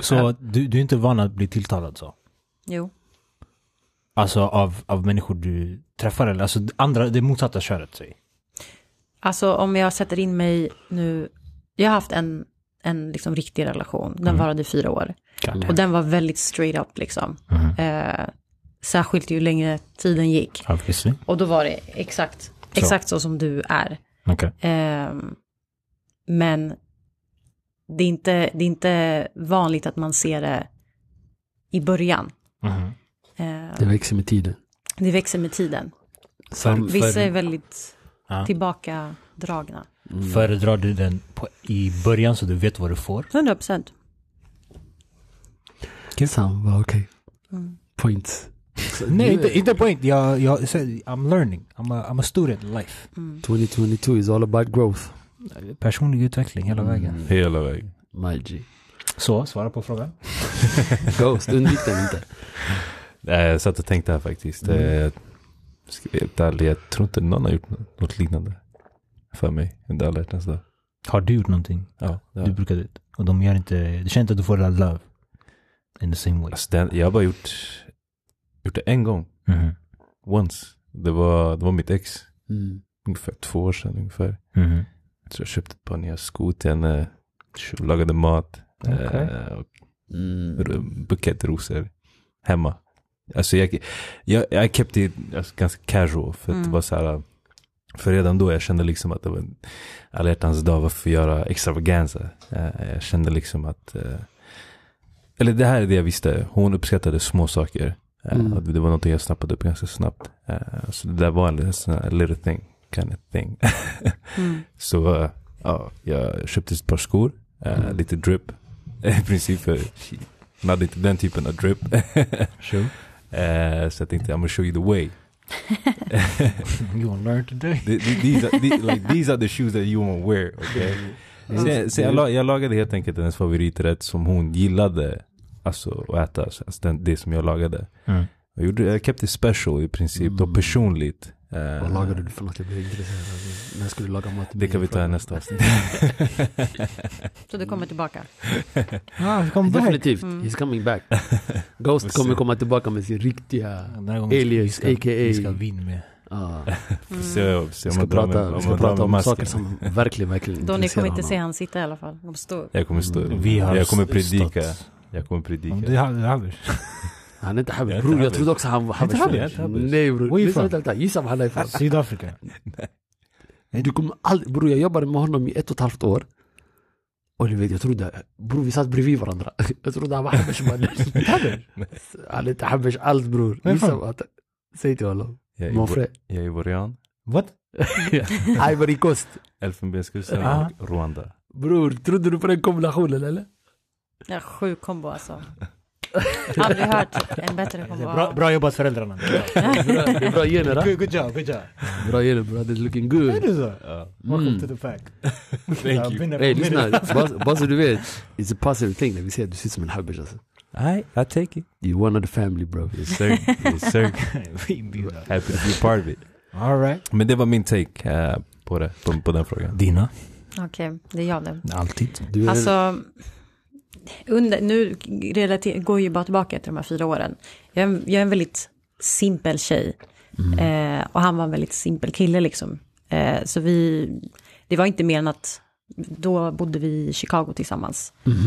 Speaker 3: Så du, du är inte van att bli tilltalad så?
Speaker 1: Jo.
Speaker 3: Alltså av, av människor du träffar eller alltså andra, det motsatta köret säg.
Speaker 1: Alltså om jag sätter in mig nu, jag har haft en, en liksom riktig relation,
Speaker 2: Mm.
Speaker 1: den varade i fyra år. Och den var väldigt straight up liksom.
Speaker 3: Mhm.
Speaker 1: Eh, särskilt ju längre tiden gick.
Speaker 3: Obviously.
Speaker 1: Och då var det exakt, exakt så som du är.
Speaker 3: Okej.
Speaker 1: Ehm, men det är, inte, det är inte vanligt att man ser det i början.
Speaker 3: Mhm.
Speaker 1: Ehm,
Speaker 2: Det växer med tiden.
Speaker 1: det växer med tiden.
Speaker 2: Sam,
Speaker 1: Vissa är väldigt
Speaker 3: Ja.
Speaker 1: tillbakadragna.
Speaker 3: Föredrar du den på, i början så du vet vad du får?
Speaker 1: 100 procent.
Speaker 2: Sam var okej.
Speaker 1: Mm.
Speaker 2: <laughs> Point.
Speaker 3: Nej, inte, inte poäng. Jag, jag, säger, I'm learning. I'm a, I'm a student in life.
Speaker 1: Mm.
Speaker 2: 2022 is all about growth. Mm.
Speaker 3: Personlig utveckling hela vägen.
Speaker 4: Hela vägen.
Speaker 2: My G.
Speaker 3: Så, svara på frågan.
Speaker 2: Ghost, undvik den inte.
Speaker 4: Nej, Eh, jag satt och tänkte här faktiskt. Mm. Ska jag vara helt ärlig, jag tror inte någon har gjort något- något liknande. För mig, under alla hjärtans dag.
Speaker 3: Har du gjort någonting?
Speaker 4: Ja, det har
Speaker 3: Du
Speaker 4: jag.
Speaker 3: brukar det. Och de gör inte, du känner inte att du får det där love. In the same way.
Speaker 4: Alltså, den, jag har bara gjort, gjort det en gång.
Speaker 3: Mhm.
Speaker 4: Once. Det var, det var mitt ex.
Speaker 2: <laughs> Mm.
Speaker 4: Ungefär två år sedan ungefär.
Speaker 3: Mhm.
Speaker 4: Så jag köpte ett par nya skor till henne. kö- Lagade mat.
Speaker 3: Okej.
Speaker 4: Eh, och
Speaker 2: Mm.
Speaker 4: ro- bukett rosor. Hemma. Alltså jag, jag, jag kept it alltså, ganska casual. För att det var så här. För redan då jag kände liksom att det var en alla hjärtans dag. Varför göra extravaganza? Eh, jag kände liksom att. Eh, eller det här är det jag visste. Hon uppskattade små saker. Eh,
Speaker 2: Mm.
Speaker 4: och Det var något jag snappade upp ganska snabbt. Eh, så det där var en liten sån här little thing. Kind of thing.
Speaker 1: Mm.
Speaker 4: Så eh, ja, jag köpte ett par skor, eh,
Speaker 2: Mm.
Speaker 4: lite drip. <laughs> I princip, för hon hade inte den typen av drip. <laughs>
Speaker 3: Sure.
Speaker 4: Eh, så jag tänkte, I'm gonna show you the way.
Speaker 3: <laughs> You will learn today.
Speaker 4: The- the- These are, the, like, these are the shoes that you won't wear. Okay?
Speaker 2: Mm.
Speaker 4: Sen, sen jag, la, jag lagade helt enkelt hennes favoriträtt som hon gillade alltså, att äta. Alltså, den, det som jag lagade.
Speaker 3: Mm.
Speaker 4: Jag, gjorde, jag kept it special i princip, då
Speaker 2: Mm.
Speaker 4: personligt. Eh,
Speaker 2: Vad lagade du för något? Jag blev intresserad. Alltså, När ska du laga mat? till
Speaker 4: Det
Speaker 2: mig?
Speaker 4: kan vi ta i nästa
Speaker 2: <laughs>
Speaker 4: avsnitt.
Speaker 1: Så du kommer tillbaka.
Speaker 3: Ah,
Speaker 4: <laughs>
Speaker 3: come back.
Speaker 2: Definitivt.
Speaker 1: Mm.
Speaker 2: He's coming back. Ghost kommer komma tillbaka med sin riktiga...
Speaker 3: Den här gången
Speaker 2: Alias,
Speaker 3: ska, vi ska,
Speaker 2: aka.
Speaker 3: vi ska ha vin med.
Speaker 2: Ah,
Speaker 1: Mm.
Speaker 4: Får se- se
Speaker 2: vi
Speaker 4: om
Speaker 2: ska
Speaker 4: jag drar
Speaker 2: prata,
Speaker 4: med-
Speaker 2: vi
Speaker 4: om
Speaker 2: ska
Speaker 4: jag drar
Speaker 2: prata
Speaker 4: med
Speaker 2: om
Speaker 4: masken.
Speaker 2: saker som verkligen, verkligen
Speaker 1: Då ni
Speaker 2: intresserar
Speaker 1: kommer inte se
Speaker 2: honom.
Speaker 1: han sitta i alla fall. Han kommer stå upp.
Speaker 4: Jag kommer stå
Speaker 2: Mm.
Speaker 3: Vi har
Speaker 4: Mm. Jag kommer
Speaker 3: s-
Speaker 4: predika.
Speaker 3: stått.
Speaker 4: Jag kommer predika.
Speaker 3: Om Det har, det har vi.
Speaker 2: Han är inte
Speaker 4: Jag är
Speaker 2: Habib.
Speaker 4: inte
Speaker 2: Bror, jag
Speaker 4: Habib.
Speaker 2: trodde också han var
Speaker 4: är inte Habib,
Speaker 2: Habib.
Speaker 4: jag är inte Habib.
Speaker 2: Nej
Speaker 3: Where
Speaker 2: bror.
Speaker 3: you
Speaker 2: Lyssna,
Speaker 3: from?
Speaker 2: vänta, vänta. Gissa var han är ifrån.
Speaker 3: Sydafrika.
Speaker 2: Du kommer aldrig... Bror, jag jobbade med honom i ett och ett halvt år. Och du vet, jag trodde... Bror, vi satt bredvid varandra. <laughs> Jag trodde han var Habesh mannen. <laughs> Han är inte Habesh alls bror.
Speaker 3: Vem
Speaker 2: Gissa
Speaker 3: fan?
Speaker 2: vad han... Säg till honom.
Speaker 4: Jag är
Speaker 2: Monfrey.
Speaker 4: ivo- jag är ivorian,
Speaker 3: What?
Speaker 2: Ivory Coast.
Speaker 4: Elfenbenskusten
Speaker 3: Ah.
Speaker 4: och Rwanda.
Speaker 2: <laughs> Bror, trodde du på den kombinationen eller?
Speaker 1: Ja, sjuk kombo alltså. <laughs> Aldrig hört en bättre kombo.
Speaker 3: Bra, bra jobbat föräldrarna.
Speaker 2: Bra, det är bra gener. ah.
Speaker 3: Good, good job, good job.
Speaker 2: Bra gener bra, it's looking
Speaker 3: Är
Speaker 2: good. Mm.
Speaker 3: det så?
Speaker 2: <laughs>
Speaker 3: Welcome to the pack. Thank you.
Speaker 2: Ey lyssna, bara- bara så du vet. It's a positive thing när vi säger att du ser ut som en habbers alltså.
Speaker 4: I, I take it.
Speaker 2: You're one of the family bro.
Speaker 4: Yes sir, yes sir.
Speaker 3: <laughs>
Speaker 4: Happy to be part of it.
Speaker 3: All right.
Speaker 4: Men det var min take eh, på, det, på, på den frågan.
Speaker 3: Dina?
Speaker 1: Okej, det är jag nu.
Speaker 3: Alltid.
Speaker 2: Du är
Speaker 1: Alltså, under, nu relater, går jag ju bara tillbaka till de här fyra åren. Jag är en, jag är en väldigt simpel tjej.
Speaker 2: Mm.
Speaker 1: Eh, och han var en väldigt simpel kille liksom. Eh, så vi, det var inte mer än att då bodde vi i Chicago tillsammans.
Speaker 2: eh,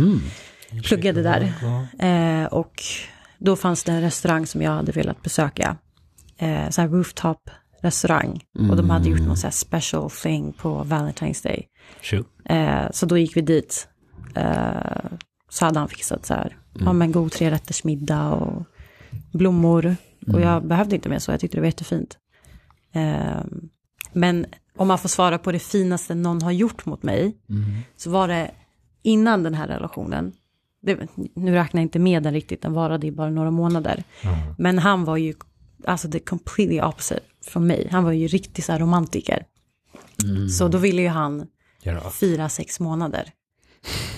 Speaker 2: Mm.
Speaker 1: Pluggade där. Eh, och då fanns det en restaurang som jag hade velat besöka. Eh, så här rooftop restaurang. Och de hade gjort
Speaker 2: Mm.
Speaker 1: någon så här special thing på Valentine's Day.
Speaker 3: Sure.
Speaker 1: Eh, så då gick vi dit. Eh, så hade han fixat så här, ja men god trerättersmiddag och blommor. Och jag behövde inte mer så, jag tyckte det var jättefint. Eh, men om man får svara på det finaste någon har gjort mot mig,
Speaker 2: Mm.
Speaker 1: så var det innan den här relationen, det, nu räknar jag inte med den riktigt, den varade ju bara några månader.
Speaker 3: Mm.
Speaker 1: Men han var ju, alltså the completely opposite från mig, han var ju riktigt så här romantiker.
Speaker 2: Mm.
Speaker 1: Så då ville ju han fyra, sex månader.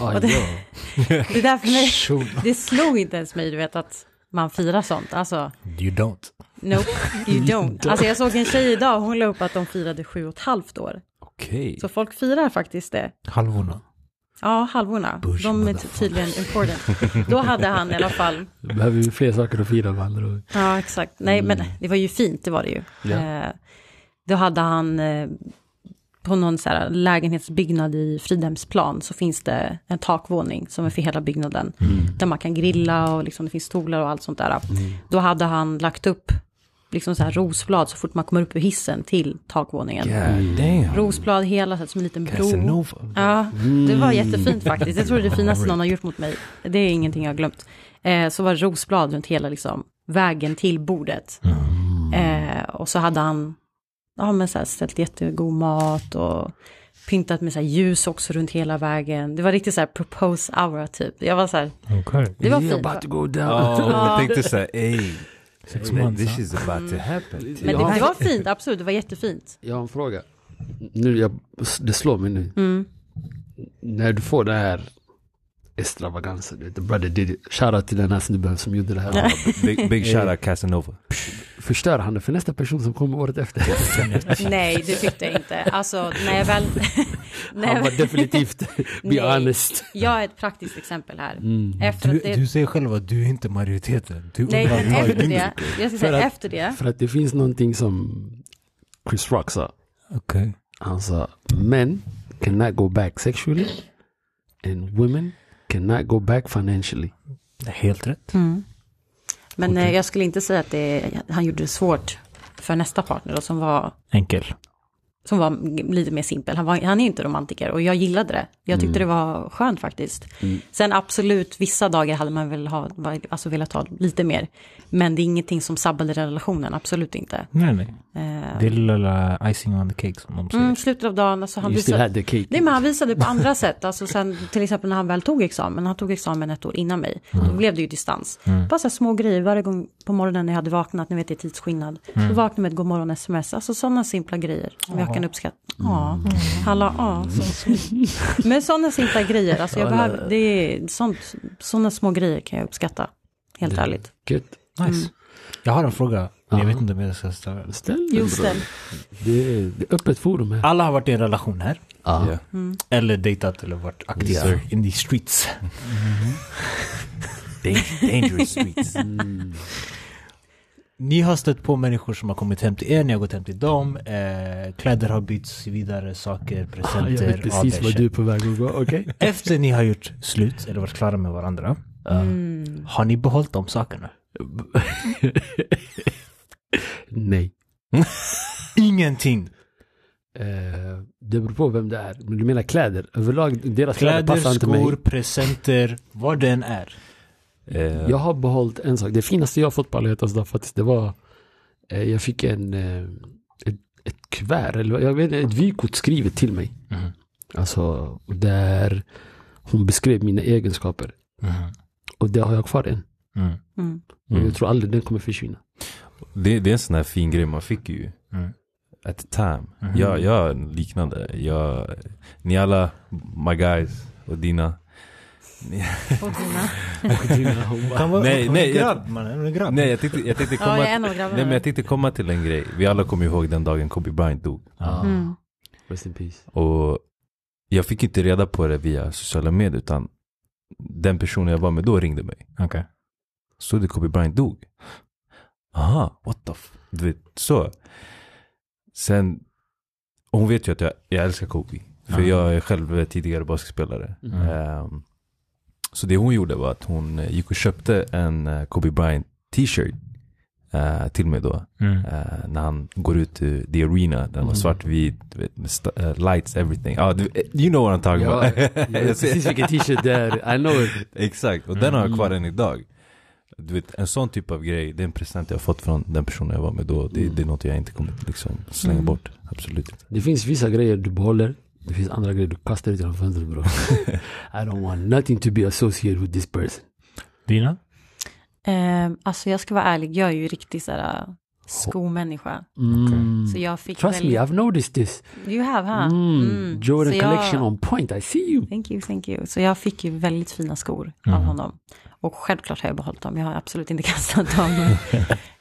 Speaker 2: Ah,
Speaker 1: det-
Speaker 2: ja.
Speaker 1: Det där för mig, det slog inte ens mig, du vet att man firar sånt. Alltså,
Speaker 3: You don't.
Speaker 1: nope, you don't. Alltså jag såg en tjej idag, hon la upp att de firade sju och ett halvt år.
Speaker 4: Okej.
Speaker 1: Så folk firar faktiskt det.
Speaker 3: Halvorna.
Speaker 1: Ja, halvorna. De är ty- tydligen important. Då hade han i alla fall,
Speaker 2: Behöver vi fler saker att fira med andra ord.
Speaker 1: ja exakt, nej men det var ju fint, det var det ju.
Speaker 2: Ja.
Speaker 1: Eh, Då hade han eh, på någon så här lägenhetsbyggnad i Fridhemsplan så finns det en takvåning som är för hela byggnaden. Där man kan grilla och liksom det finns stolar och allt sånt där. Då hade han lagt upp liksom så här rosblad så fort man kommer upp ur hissen till takvåningen.
Speaker 4: Yeah, damn.
Speaker 1: Rosblad hela, så här, som en liten bro.
Speaker 4: Casanova.
Speaker 1: Ja,
Speaker 2: Mm.
Speaker 1: det var jättefint faktiskt. Jag tror det är det finaste någon har gjort mot mig. Det är ingenting jag har glömt. Eh, så var det rosblad runt hela liksom, vägen till bordet.
Speaker 2: Mm.
Speaker 1: Eh, och så hade han ja, men så här, ställt jättegod mat och pyntat med så här, ljus också runt hela vägen. Det var riktigt så här propose hour typ. Jag var så här,
Speaker 3: Okej.
Speaker 1: det var
Speaker 2: Yeah,
Speaker 1: fint.
Speaker 2: about to go down.
Speaker 4: Oh, jag tänkte
Speaker 2: <laughs>
Speaker 4: såhär, ey.
Speaker 3: Sex
Speaker 4: This
Speaker 3: månader.
Speaker 4: is about to happen.
Speaker 1: Men det,
Speaker 2: jag, har,
Speaker 1: det var fint, absolut. Det var jättefint.
Speaker 2: jag har en fråga. Nu, jag, det slår mig nu.
Speaker 1: Mm.
Speaker 2: <laughs> När du får det här extravagansen, du vet, the brother did it. Shoutout till den här snubben som gjorde det här.
Speaker 4: Big,
Speaker 2: Eh.
Speaker 4: big shout out Casanova.
Speaker 2: Förstör han det för nästa person som kommer året efter?
Speaker 1: Nej, det tyckte jag inte. Alltså, när jag väl... <laughs> när jag
Speaker 2: Han var
Speaker 1: väl
Speaker 2: definitivt, be
Speaker 1: Nej.
Speaker 2: honest. Mm.
Speaker 1: jag är ett praktiskt exempel här. Efter
Speaker 3: Du,
Speaker 1: att det...
Speaker 3: du säger själv att du är inte majoriteten. Du är
Speaker 1: Nej, men
Speaker 3: undantaget.
Speaker 1: efter det. Jag ska säga
Speaker 2: att-
Speaker 1: efter det.
Speaker 2: För att det finns någonting som Chris Rock sa.
Speaker 3: Okej.
Speaker 2: Han sa, men cannot go back sexually and women cannot go back financially.
Speaker 3: Helt rätt.
Speaker 1: Men eh, jag skulle inte säga att det, han gjorde det svårt för nästa partner då, som var,
Speaker 3: Enkel.
Speaker 1: som var lite mer simpel. Han, var, han är ju inte romantiker och jag gillade det. Jag tyckte det var skönt faktiskt. Sen absolut, vissa dagar hade man väl ha, var- alltså velat ha lite mer. Men det är ingenting som sabbade relationen, absolut inte.
Speaker 3: Nej, nej.
Speaker 1: Eh,
Speaker 3: Det är lilla, lilla icing on the cake som de säger.
Speaker 1: mm, slutet av dagen, alltså han
Speaker 2: You still
Speaker 1: visade,
Speaker 2: had the cake.
Speaker 1: Nej, men han visade på andra sätt. Alltså sen, till exempel när han väl tog examen, han tog examen ett år innan mig, då
Speaker 4: Mm.
Speaker 1: blev det ju distans. Bara så här små grejer, varje gång på morgonen när jag hade vaknat, ni vet det är tidsskillnad, då
Speaker 4: Mm.
Speaker 1: vaknade jag med ett god morgon sms, alltså sådana simpla grejer som jag kan uppskatta.
Speaker 4: Mm.
Speaker 1: Ja, han la, ja. så- Men sådana simpla grejer, alltså jag behöver, det är sånt, sådana små grejer kan jag uppskatta, helt ärligt.
Speaker 2: Gött.
Speaker 1: Mm.
Speaker 3: Nice. Jag har en fråga. men Jag vet inte om jag ska ställa den.
Speaker 2: Ställ dig
Speaker 1: Just
Speaker 2: bro.
Speaker 1: det.
Speaker 2: Det är, det är öppet forum här.
Speaker 3: Alla har varit i en relation här.
Speaker 2: Ja.
Speaker 4: Yeah.
Speaker 1: Mm.
Speaker 3: Eller dejtat eller varit aktiva
Speaker 4: Ja.
Speaker 3: in the streets.
Speaker 4: Dang- Dangerous
Speaker 3: <laughs>
Speaker 4: streets.
Speaker 2: Mm.
Speaker 3: Ni har stött på människor som har kommit hem till er, ni har gått hem till dem. Eh, kläder har bytts vidare, saker,
Speaker 2: <laughs> Jag
Speaker 3: presenter.
Speaker 2: vet precis
Speaker 3: ja,
Speaker 2: vad
Speaker 3: det
Speaker 2: du är
Speaker 3: shit.
Speaker 2: på väg att gå. Okej.
Speaker 3: Efter ni har gjort slut eller varit klara med varandra.
Speaker 1: Mm.
Speaker 3: Har ni behållit de sakerna?
Speaker 2: <laughs> Nej.
Speaker 3: Ingenting.
Speaker 2: Eh, det beror på vem det är. Men du menar kläder? Överlag, deras kläder,
Speaker 3: Kläder,
Speaker 2: passar inte
Speaker 3: skor,
Speaker 2: mig.
Speaker 3: presenter, vad det än är.
Speaker 4: Eh,
Speaker 2: Jag har behållit en sak. Det finaste jag har fått på alla hjärtans dag faktiskt, det var eh, jag fick en eh, ett, ett kuvert, eller vad- jag vet inte, ett vykort skrivet till mig.
Speaker 3: Mhm.
Speaker 2: Alltså, där hon beskrev mina egenskaper. Och det har jag kvar än.
Speaker 3: Mm-hmm. Mm.
Speaker 1: Mm.
Speaker 2: Och
Speaker 4: Mm.
Speaker 2: jag tror aldrig den kommer
Speaker 1: <laughs>
Speaker 2: försvinna.
Speaker 4: Det, det är en sån här fin grej man fick ju.
Speaker 3: Mm.
Speaker 4: At the time.
Speaker 3: Mhm.
Speaker 4: Jag, jag har en liknande. Jag, ni alla, my guys och dina.
Speaker 1: Och dina.
Speaker 3: Han var, nej,
Speaker 4: Nej,
Speaker 3: nej,
Speaker 4: nej,
Speaker 3: en grabb man, han var en grabb.
Speaker 4: Nej jag tänkte, jag tänkte
Speaker 1: Ja,
Speaker 4: komma
Speaker 1: jag är en av grabbarna.
Speaker 4: Nej men jag tänkte komma till en grej. Vi alla kommer ihåg den dagen Kobe Bryant dog.
Speaker 3: Ah.
Speaker 1: Mm.
Speaker 2: Rest in peace.
Speaker 4: Och jag fick inte reda på det via sociala medier utan den personen jag var med då ringde mig.
Speaker 3: Okej.
Speaker 4: Så det Kobe Bryant dog. Aha, what the f... Du vet, så. Sen, och hon vet ju att jag, jag älskar Kobe. För
Speaker 3: Ja.
Speaker 4: jag är själv tidigare basketspelare.
Speaker 2: Mm.
Speaker 1: <laughs>
Speaker 4: Ehm, så det hon gjorde var att hon eh, gick och köpte en eh, Kobe Bryant t-shirt eh, till mig då.
Speaker 3: Mm.
Speaker 4: Eh, när han går ut till the arena, den var
Speaker 2: Mm.
Speaker 4: svartvit, du vet, med sta- eh, lights, everything. Ah, du, eh, you know what I'm talking
Speaker 2: Ja,
Speaker 4: about.
Speaker 2: Jag
Speaker 4: <laughs> Jag
Speaker 2: vet
Speaker 4: ser-
Speaker 2: precis vilken t-shirt Mm. det är. I know it.
Speaker 4: Exakt, och den har jag kvar än idag. Du vet, en sån typ av grej, det är en present jag har fått från den personen jag var med då. Det,
Speaker 2: Mm.
Speaker 4: det är något jag inte kommer att liksom slänga
Speaker 1: Mm.
Speaker 4: bort. Absolut inte.
Speaker 2: Det finns vissa grejer du behåller. Det finns andra grejer du kastar ut genom fönstret bro. I don't want nothing to be associated with this person.
Speaker 3: Dina?
Speaker 1: Ehm, alltså jag ska vara ärlig, jag är ju riktigt sådär skomänniska.
Speaker 2: Mm.
Speaker 1: Så jag fick
Speaker 2: Trust me,
Speaker 1: väldigt...
Speaker 2: I've noticed this.
Speaker 1: You have, huh?
Speaker 2: Mm. Jordan
Speaker 1: Så jag-
Speaker 2: collection on point, I see you.
Speaker 1: Thank you, thank you. Så jag fick ju väldigt fina skor
Speaker 2: Mm.
Speaker 1: av honom. Och självklart har jag behållit dem, jag har absolut inte <laughs>
Speaker 2: <laughs>
Speaker 1: kastat dem.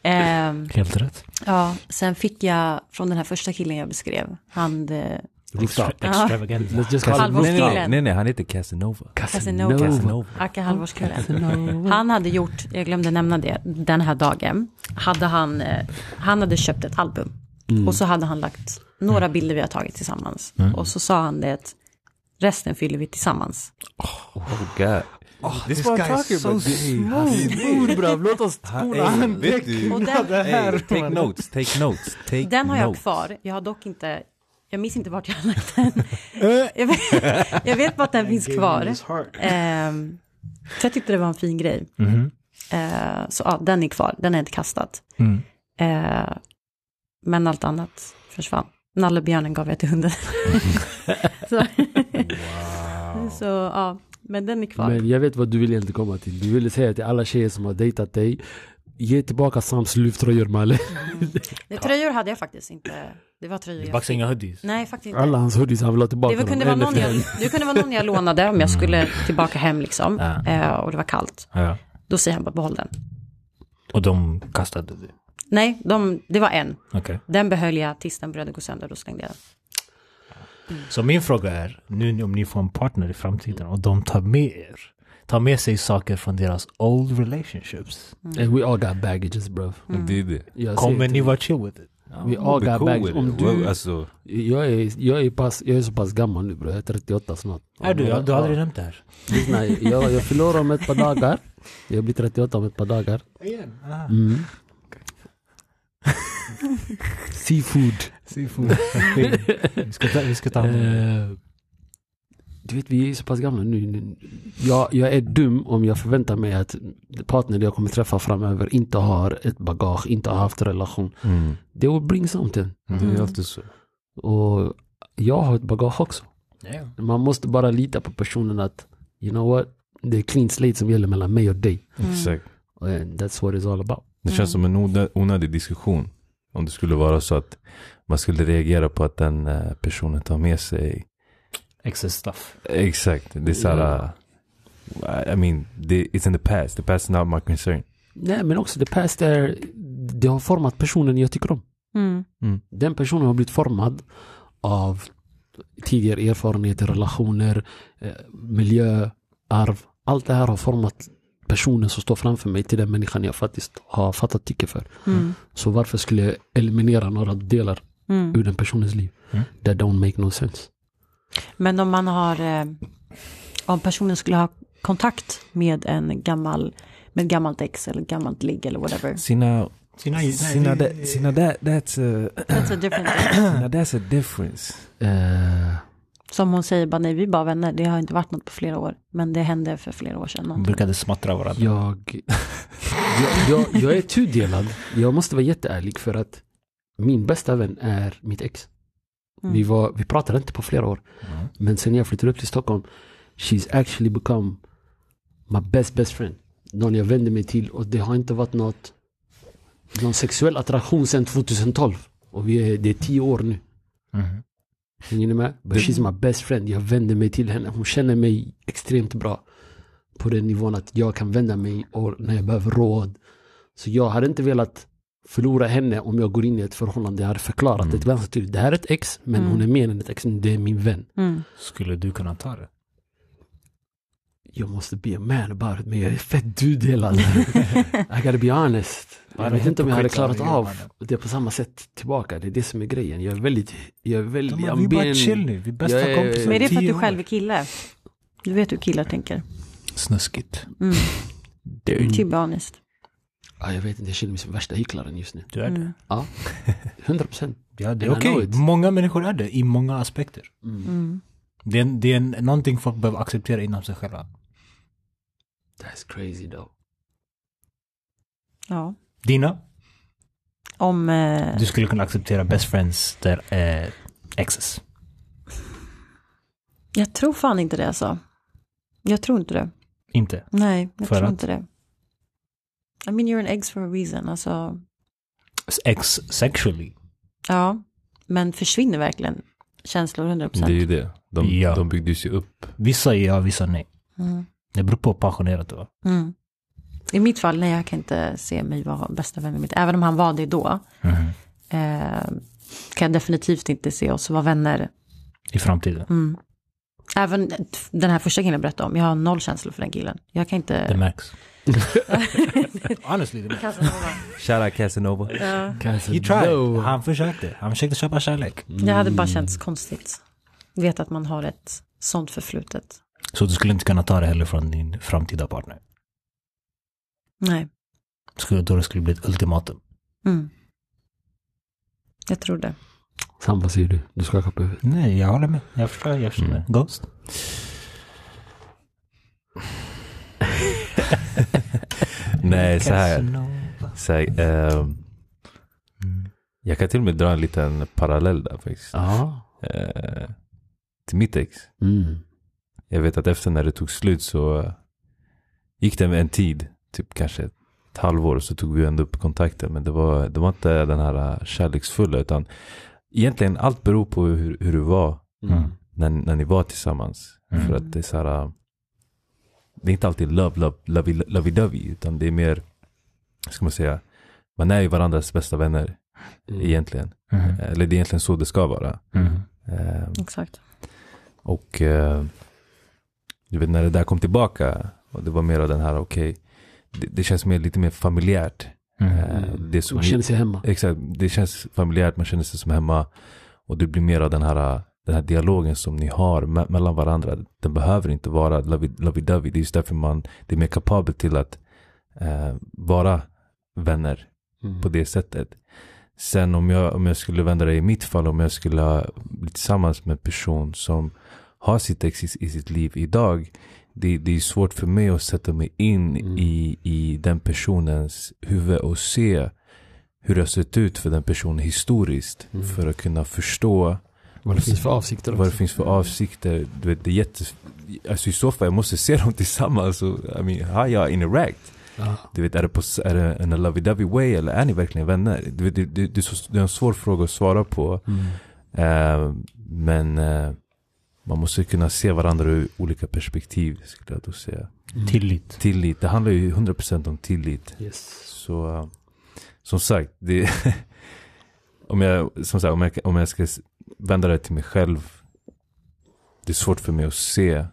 Speaker 1: Ehm,
Speaker 3: Helt rätt.
Speaker 1: ja, sen fick jag från den här första killen jag beskrev, han eh,
Speaker 2: Rooftop.
Speaker 3: Extravagant.
Speaker 2: Let's just call it
Speaker 1: Halvårs-
Speaker 4: Nej,
Speaker 2: rooftop.
Speaker 4: nej, nej, nej, han heter Casanova.
Speaker 1: Casanova.
Speaker 4: Casanova.
Speaker 1: Acka Halvorskillen.
Speaker 4: Mm.
Speaker 2: Casanova.
Speaker 1: Han hade gjort, jag glömde nämna det, den här dagen hade han, eh, han hade köpt ett album.
Speaker 4: Mm.
Speaker 1: Och så hade han lagt några bilder vi har tagit tillsammans. Och så sa han det att resten fyller vi tillsammans.
Speaker 4: Oh god. This, this guy is so
Speaker 2: Smooth brav, låt oss spola.
Speaker 4: vet du,
Speaker 1: Och den,
Speaker 4: hey, take notes, take notes, take
Speaker 1: den har jag
Speaker 4: notes.
Speaker 1: kvar, jag har dock inte, jag minns inte vart jag har lagt den. jag, vet,
Speaker 4: <laughs>
Speaker 1: jag vet bara att den Eh, finns kvar. Ehm, så jag tyckte det var en fin grej.
Speaker 3: Mm-hmm.
Speaker 1: Eh, så ja, den är kvar, den är inte kastat.
Speaker 3: Mm.
Speaker 1: Eh, men allt annat försvann. Nallebjörnen gav jag
Speaker 2: <laughs>
Speaker 1: till hunden. så, så ja, men den är kvar.
Speaker 2: Men jag vet vad du vill egentligen komma till. Du ville säga till alla tjejer som har dejtat dig, ge tillbaka Sams luvtröjor
Speaker 1: <laughs>
Speaker 2: Malle.
Speaker 1: Det, tröjor hade jag faktiskt inte. Det var tröjor.
Speaker 3: Det är
Speaker 1: Jag
Speaker 3: faktiskt inga hoodies.
Speaker 1: Nej, faktiskt inte.
Speaker 2: Alla hans hoodies, han vill ha tillbaka
Speaker 1: Det var, kunde
Speaker 2: dem.
Speaker 1: vara
Speaker 2: En
Speaker 1: någon
Speaker 2: efter
Speaker 1: jag,
Speaker 2: en.
Speaker 1: det kunde vara någon jag lånade om
Speaker 2: <laughs>
Speaker 1: jag skulle tillbaka hem liksom.
Speaker 3: Ja.
Speaker 1: Eh, och det var kallt.
Speaker 3: Ja.
Speaker 1: Då säger han bara behåll den.
Speaker 3: Och de kastade det.
Speaker 1: Nej, de, det var en.
Speaker 3: Okej.
Speaker 1: Den behöll jag tills den började gå sönder. Då slängde jag den.
Speaker 3: Så min fråga är, nu om ni får en partner i framtiden och de tar med er, tar med sig saker från deras old relationships,
Speaker 2: And
Speaker 1: Mm.
Speaker 2: Eh, we all got baggages bro.
Speaker 4: Det är det.
Speaker 2: Jag
Speaker 3: kommer
Speaker 2: säger
Speaker 3: ni
Speaker 2: till
Speaker 3: vara chill with it?
Speaker 2: We all
Speaker 4: Be
Speaker 2: got
Speaker 4: cool
Speaker 2: bags.
Speaker 4: with
Speaker 2: Om
Speaker 4: it.
Speaker 2: du-
Speaker 4: Well, alltså,
Speaker 2: dig. jag är, jag, är pass, jag är så pass gammal nu bro, jag är 38 snart.
Speaker 3: Är du,
Speaker 2: Ja,
Speaker 3: du har aldrig nämnt det här?
Speaker 2: Lyssna, jag, jag fyller år om ett par dagar. Jag blir 38 om ett par dagar.
Speaker 3: Igen?
Speaker 1: <laughs>
Speaker 2: Mm. Seafood.
Speaker 3: <laughs> vi, ska ta, vi ska ta hand om det.
Speaker 2: Eh, du vet, vi är så pass gamla nu. nu- Jag, jag är dum om jag förväntar mig att partner jag kommer träffa framöver inte har ett bagage, inte har haft relation.
Speaker 4: mm.
Speaker 2: They will bring something.
Speaker 4: Det är alltid så.
Speaker 2: Och jag har ett bagage också.
Speaker 3: Ja.
Speaker 2: Man måste bara lita på personen att, you know what, det är clean slate som gäller mellan mig och dig.
Speaker 4: Exakt.
Speaker 2: And that's what it's all about.
Speaker 4: Det känns som en onö- onödig diskussion. Om det skulle vara så att man skulle reagera på att den eh, personen tar med sig.
Speaker 3: Excess stuff.
Speaker 4: Exakt, det är så här. eh, I mean, the, it's in the past. The past is not my concern.
Speaker 2: Nej, men också the past är, det har format personen jag tycker om.
Speaker 1: Mm.
Speaker 2: Den personen har blivit formad av tidigare erfarenheter, relationer, eh, miljö, arv. Allt det här har format personen som står framför mig till den människan jag faktiskt har fattat tycke för.
Speaker 1: Mm.
Speaker 2: Så varför skulle jag eliminera några delar
Speaker 1: Mm.
Speaker 2: ur den personens liv?
Speaker 3: Mm.
Speaker 2: That don't make no sense.
Speaker 1: Men om man har, eh, om personen skulle ha kontakt med en gammal, med ett gammalt ex eller ett gammalt ligg eller whatever.
Speaker 4: Sina,
Speaker 3: Sina,
Speaker 4: sina, that, sina that, that's, a, <clears throat>
Speaker 1: That's a different
Speaker 4: sina that's a difference.
Speaker 2: Eh,
Speaker 1: Som hon säger, bara nej vi är bara vänner, det har inte varit något på flera år. Men det hände för flera år sedan.
Speaker 3: De
Speaker 1: någonting.
Speaker 3: brukade smattra varandra.
Speaker 2: jag, jag, jag, jag är tudelad. Jag måste vara jätteärlig för att min bästa vän är mitt ex.
Speaker 1: Mm.
Speaker 2: Vi, var, vi pratade inte på flera år.
Speaker 3: Mm.
Speaker 2: Men sen jag flyttade upp till Stockholm, she's actually become my best best friend. någon jag vänder mig till och det har inte varit något, någon sexuell attraktion sedan 2012. Och vi är, det är tio år nu.
Speaker 3: Mhm.
Speaker 2: Hänger ni med? But she's my best friend. Jag vänder mig till henne. Hon känner mig extremt bra. På den nivån att jag kan vända mig och när jag behöver råd. Så jag hade inte velat förlora henne om jag går in i ett förhållande. Jag hade förklarat det till ganska tydligt. Det här är ett ex, men hon är mer än ett ex. Det är min vän.
Speaker 1: Mm.
Speaker 3: Skulle du kunna ta det?
Speaker 2: Jag måste be a man about it, men jag är fett dudelad. I gotta be honest. Jag vet inte om jag hade klarat av det på samma sätt tillbaka. Det är det som är grejen. Jag är väldigt, jag är väldigt,
Speaker 3: Men
Speaker 2: jag
Speaker 3: vi är bara
Speaker 2: ben-
Speaker 3: chill nu, vi är bästa
Speaker 2: Jag är-
Speaker 3: kompisar.
Speaker 1: Men är det för att
Speaker 3: Tio
Speaker 1: du själv
Speaker 3: år.
Speaker 1: är kille? Du vet hur killar tänker. Mm.
Speaker 3: Snuskigt.
Speaker 1: To be honest.
Speaker 2: Ja,
Speaker 1: Typ.
Speaker 2: jag vet inte, jag känner mig som värsta hycklaren just nu.
Speaker 3: Du är
Speaker 1: Mm.
Speaker 3: det.
Speaker 2: Ja, 100 procent.
Speaker 3: Ja, det är
Speaker 2: And I
Speaker 3: okej.
Speaker 2: know it.
Speaker 3: Många människor är det i många aspekter.
Speaker 1: Mm.
Speaker 3: Det är, en- det är en, någonting folk behöver acceptera inom sig själva.
Speaker 2: That's crazy though.
Speaker 1: Ja.
Speaker 3: Dina,
Speaker 1: Om... Eh,
Speaker 3: du skulle kunna acceptera best friends där är exes.
Speaker 1: jag tror fan inte det alltså. Jag tror inte det.
Speaker 3: Inte.
Speaker 1: Nej, jag
Speaker 3: För
Speaker 1: tror
Speaker 3: att?
Speaker 1: inte det. I mean you're an ex for a reason. Alltså,
Speaker 3: Ex sexually.
Speaker 1: ja. Men försvinner verkligen känslor 100
Speaker 4: Det är
Speaker 1: procent?
Speaker 4: ju det. De,
Speaker 3: Ja.
Speaker 4: de byggdes ju upp.
Speaker 3: Vissa ja, vissa nej.
Speaker 1: Mm.
Speaker 3: Det beror på hur passionerat du var.
Speaker 1: Mm. I mitt fall, nej jag kan inte se mig vara bästa vän med mitt. Även om han var det då.
Speaker 3: Mhm.
Speaker 1: Eh, kan jag definitivt inte se oss vara vänner. Mm.
Speaker 3: I framtiden.
Speaker 1: Även den här första killen jag berättade om. Jag har noll känslor för den killen. Jag kan
Speaker 3: Det
Speaker 1: inte... <laughs>
Speaker 3: märks. <laughs> Honestly, det märks.
Speaker 5: Shoutout Casanova.
Speaker 3: He tried. Han försökte. Han försökte köpa kärlek.
Speaker 1: Det hade bara känts konstigt. Vet att man har ett sånt förflutet.
Speaker 3: Så du skulle inte kunna ta det heller från din framtida partner.
Speaker 1: Nej.
Speaker 3: Skulle, då det skulle bli ett ultimatum.
Speaker 1: Mm. Jag tror det.
Speaker 2: Sam, vad säger du? Du skakar på huvudet.
Speaker 3: Nej, jag håller med. Jag förstår. Jag förstår. <laughs> Ghost.
Speaker 4: Nej, så här.
Speaker 3: Casanova.
Speaker 4: Så här ehm,
Speaker 3: Mm.
Speaker 4: jag kan till och med dra en liten parallell där faktiskt.
Speaker 2: Ja.
Speaker 4: Eh, till mitt ex.
Speaker 2: Mm.
Speaker 4: Jag vet att efter när det tog slut så eh, gick det en tid, typ kanske ett halvår, så tog vi ändå upp kontakten. Men det var, det var inte den här eh, kärleksfulla, utan egentligen allt beror på hur, hur du var
Speaker 2: Mm.
Speaker 4: när, när ni var tillsammans.
Speaker 3: Mm.
Speaker 4: För att det är så här, eh, det är inte alltid love, love, lovey, lovey-dovey, utan det är mer, ska man säga, man är ju varandras bästa vänner
Speaker 2: Mm.
Speaker 4: egentligen.
Speaker 3: Mhm.
Speaker 4: Eller det är egentligen så det ska vara.
Speaker 3: Mhm.
Speaker 4: Eh,
Speaker 1: Exakt.
Speaker 4: och eh, du vet när det där kom tillbaka och det var mer av den här okej, det, det känns mer, lite mer familjärt.
Speaker 3: Mhm.
Speaker 4: Eh, det, är så,
Speaker 2: Man Mm. känner sig hemma.
Speaker 4: exakt, det känns familjärt, man känner sig som hemma och det blir mer av den här, den här dialogen som ni har me- mellan varandra. Den behöver inte vara lovey- lovey-dovey, det är just därför man det är mer kapabel till att eh, vara vänner
Speaker 2: Mm.
Speaker 4: på det sättet. Sen om jag, om jag skulle vända det i mitt fall, om jag skulle ha- bli tillsammans med en person som har sitt ex i, i sitt liv idag, det, det är svårt för mig att sätta mig in
Speaker 2: Mm.
Speaker 4: i, i den personens huvud och se hur det har sett ut för den personen historiskt
Speaker 2: Mm.
Speaker 4: för att kunna förstå
Speaker 2: Vad Mm. det finns för avsikter också. Mm.
Speaker 4: vad det finns för avsikter. Du vet, det är jätte, alltså i så fall, jag måste se dem tillsammans och I mean, how jag interact.
Speaker 2: Ja.
Speaker 4: Du vet, är det, på, är det en lovey-dovey way eller är ni verkligen vänner? Du vet, det, det, det, är så, det är en svår fråga att svara på.
Speaker 2: Mm.
Speaker 4: Eh, men eh, man måste kunna se varandra ur olika perspektiv, skulle jag då säga.
Speaker 2: Mm.
Speaker 3: Tillit.
Speaker 4: Tillit, det handlar ju 100% om tillit.
Speaker 2: Yes.
Speaker 4: Så eh, som sagt, det, <laughs> om, jag, som sagt om, jag, om jag ska s- vända det till mig själv, det är svårt för mig att se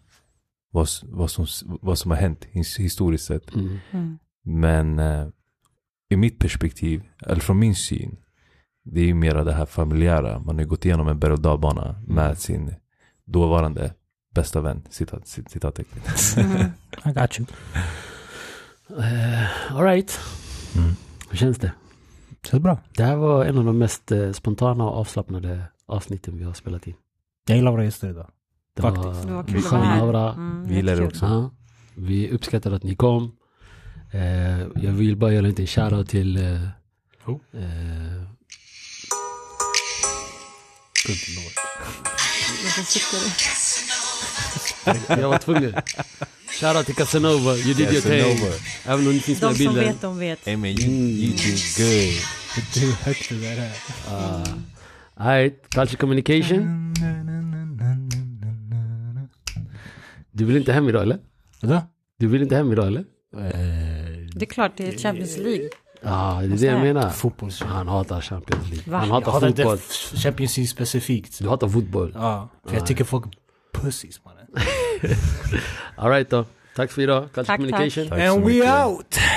Speaker 4: vad, s- vad, som, s- vad som har hänt his- historiskt sett.
Speaker 2: Mm.
Speaker 1: Mm.
Speaker 4: Men eh, i mitt perspektiv, eller från min syn, det är ju mera det här familjära. Man har ju gått igenom en berg och dalbana med sin dåvarande bästa vän, citat, cit- citattecken.
Speaker 1: Mhm.
Speaker 3: I got you.
Speaker 2: Eh, all right.
Speaker 3: Mm.
Speaker 2: Hur känns det?
Speaker 3: Så det är bra.
Speaker 2: Det här var en av de mest eh, spontana och avslappnade avsnitten vi har spelat in.
Speaker 3: Jag gillar våra gäster idag.
Speaker 2: Det
Speaker 3: Faktiskt.
Speaker 1: Det var
Speaker 2: en
Speaker 1: kul att
Speaker 2: skön
Speaker 1: vara här.
Speaker 2: aura.
Speaker 1: Mm,
Speaker 4: Vi gillar det
Speaker 1: jättekul.
Speaker 2: Ja,
Speaker 4: också.
Speaker 2: vi uppskattar att ni kom. Eh, jag vill bara göra en liten shoutout till... Eh,
Speaker 3: Oh. <laughs>
Speaker 2: eh,
Speaker 1: Jag får sitta där.
Speaker 3: <laughs>
Speaker 2: jag var tvungen. Shoutout till Casanova, you did your thing.
Speaker 4: Casanova.
Speaker 2: Även om det finns
Speaker 1: De
Speaker 2: med i
Speaker 1: som
Speaker 2: bilden.
Speaker 1: vet, de vet.
Speaker 4: Hey man, you, you did good.
Speaker 3: Det är högt det där är.
Speaker 2: Alright, Ah. Culture
Speaker 3: Mm.
Speaker 2: Communication. Du vill inte hem idag eller?
Speaker 3: Vadå?
Speaker 2: Du vill inte hem idag eller?
Speaker 1: Det är klart, det är Champions League.
Speaker 2: Ja, Ah, det är det jag
Speaker 3: Ah.
Speaker 2: menar.
Speaker 3: Fotbolls...
Speaker 2: Han hatar Champions League.
Speaker 1: Va?
Speaker 2: Han
Speaker 3: Jag
Speaker 2: hatar
Speaker 3: hatar inte
Speaker 2: fotboll.
Speaker 3: f- Champions League specifikt. Ah,
Speaker 2: Du hatar fotboll.
Speaker 3: Ja, för jag tycker folk pussies mannen.
Speaker 2: Alright då. Tack för idag. Culture
Speaker 1: Tack, tack.
Speaker 2: Communication.
Speaker 4: Tack så mycket.
Speaker 3: out!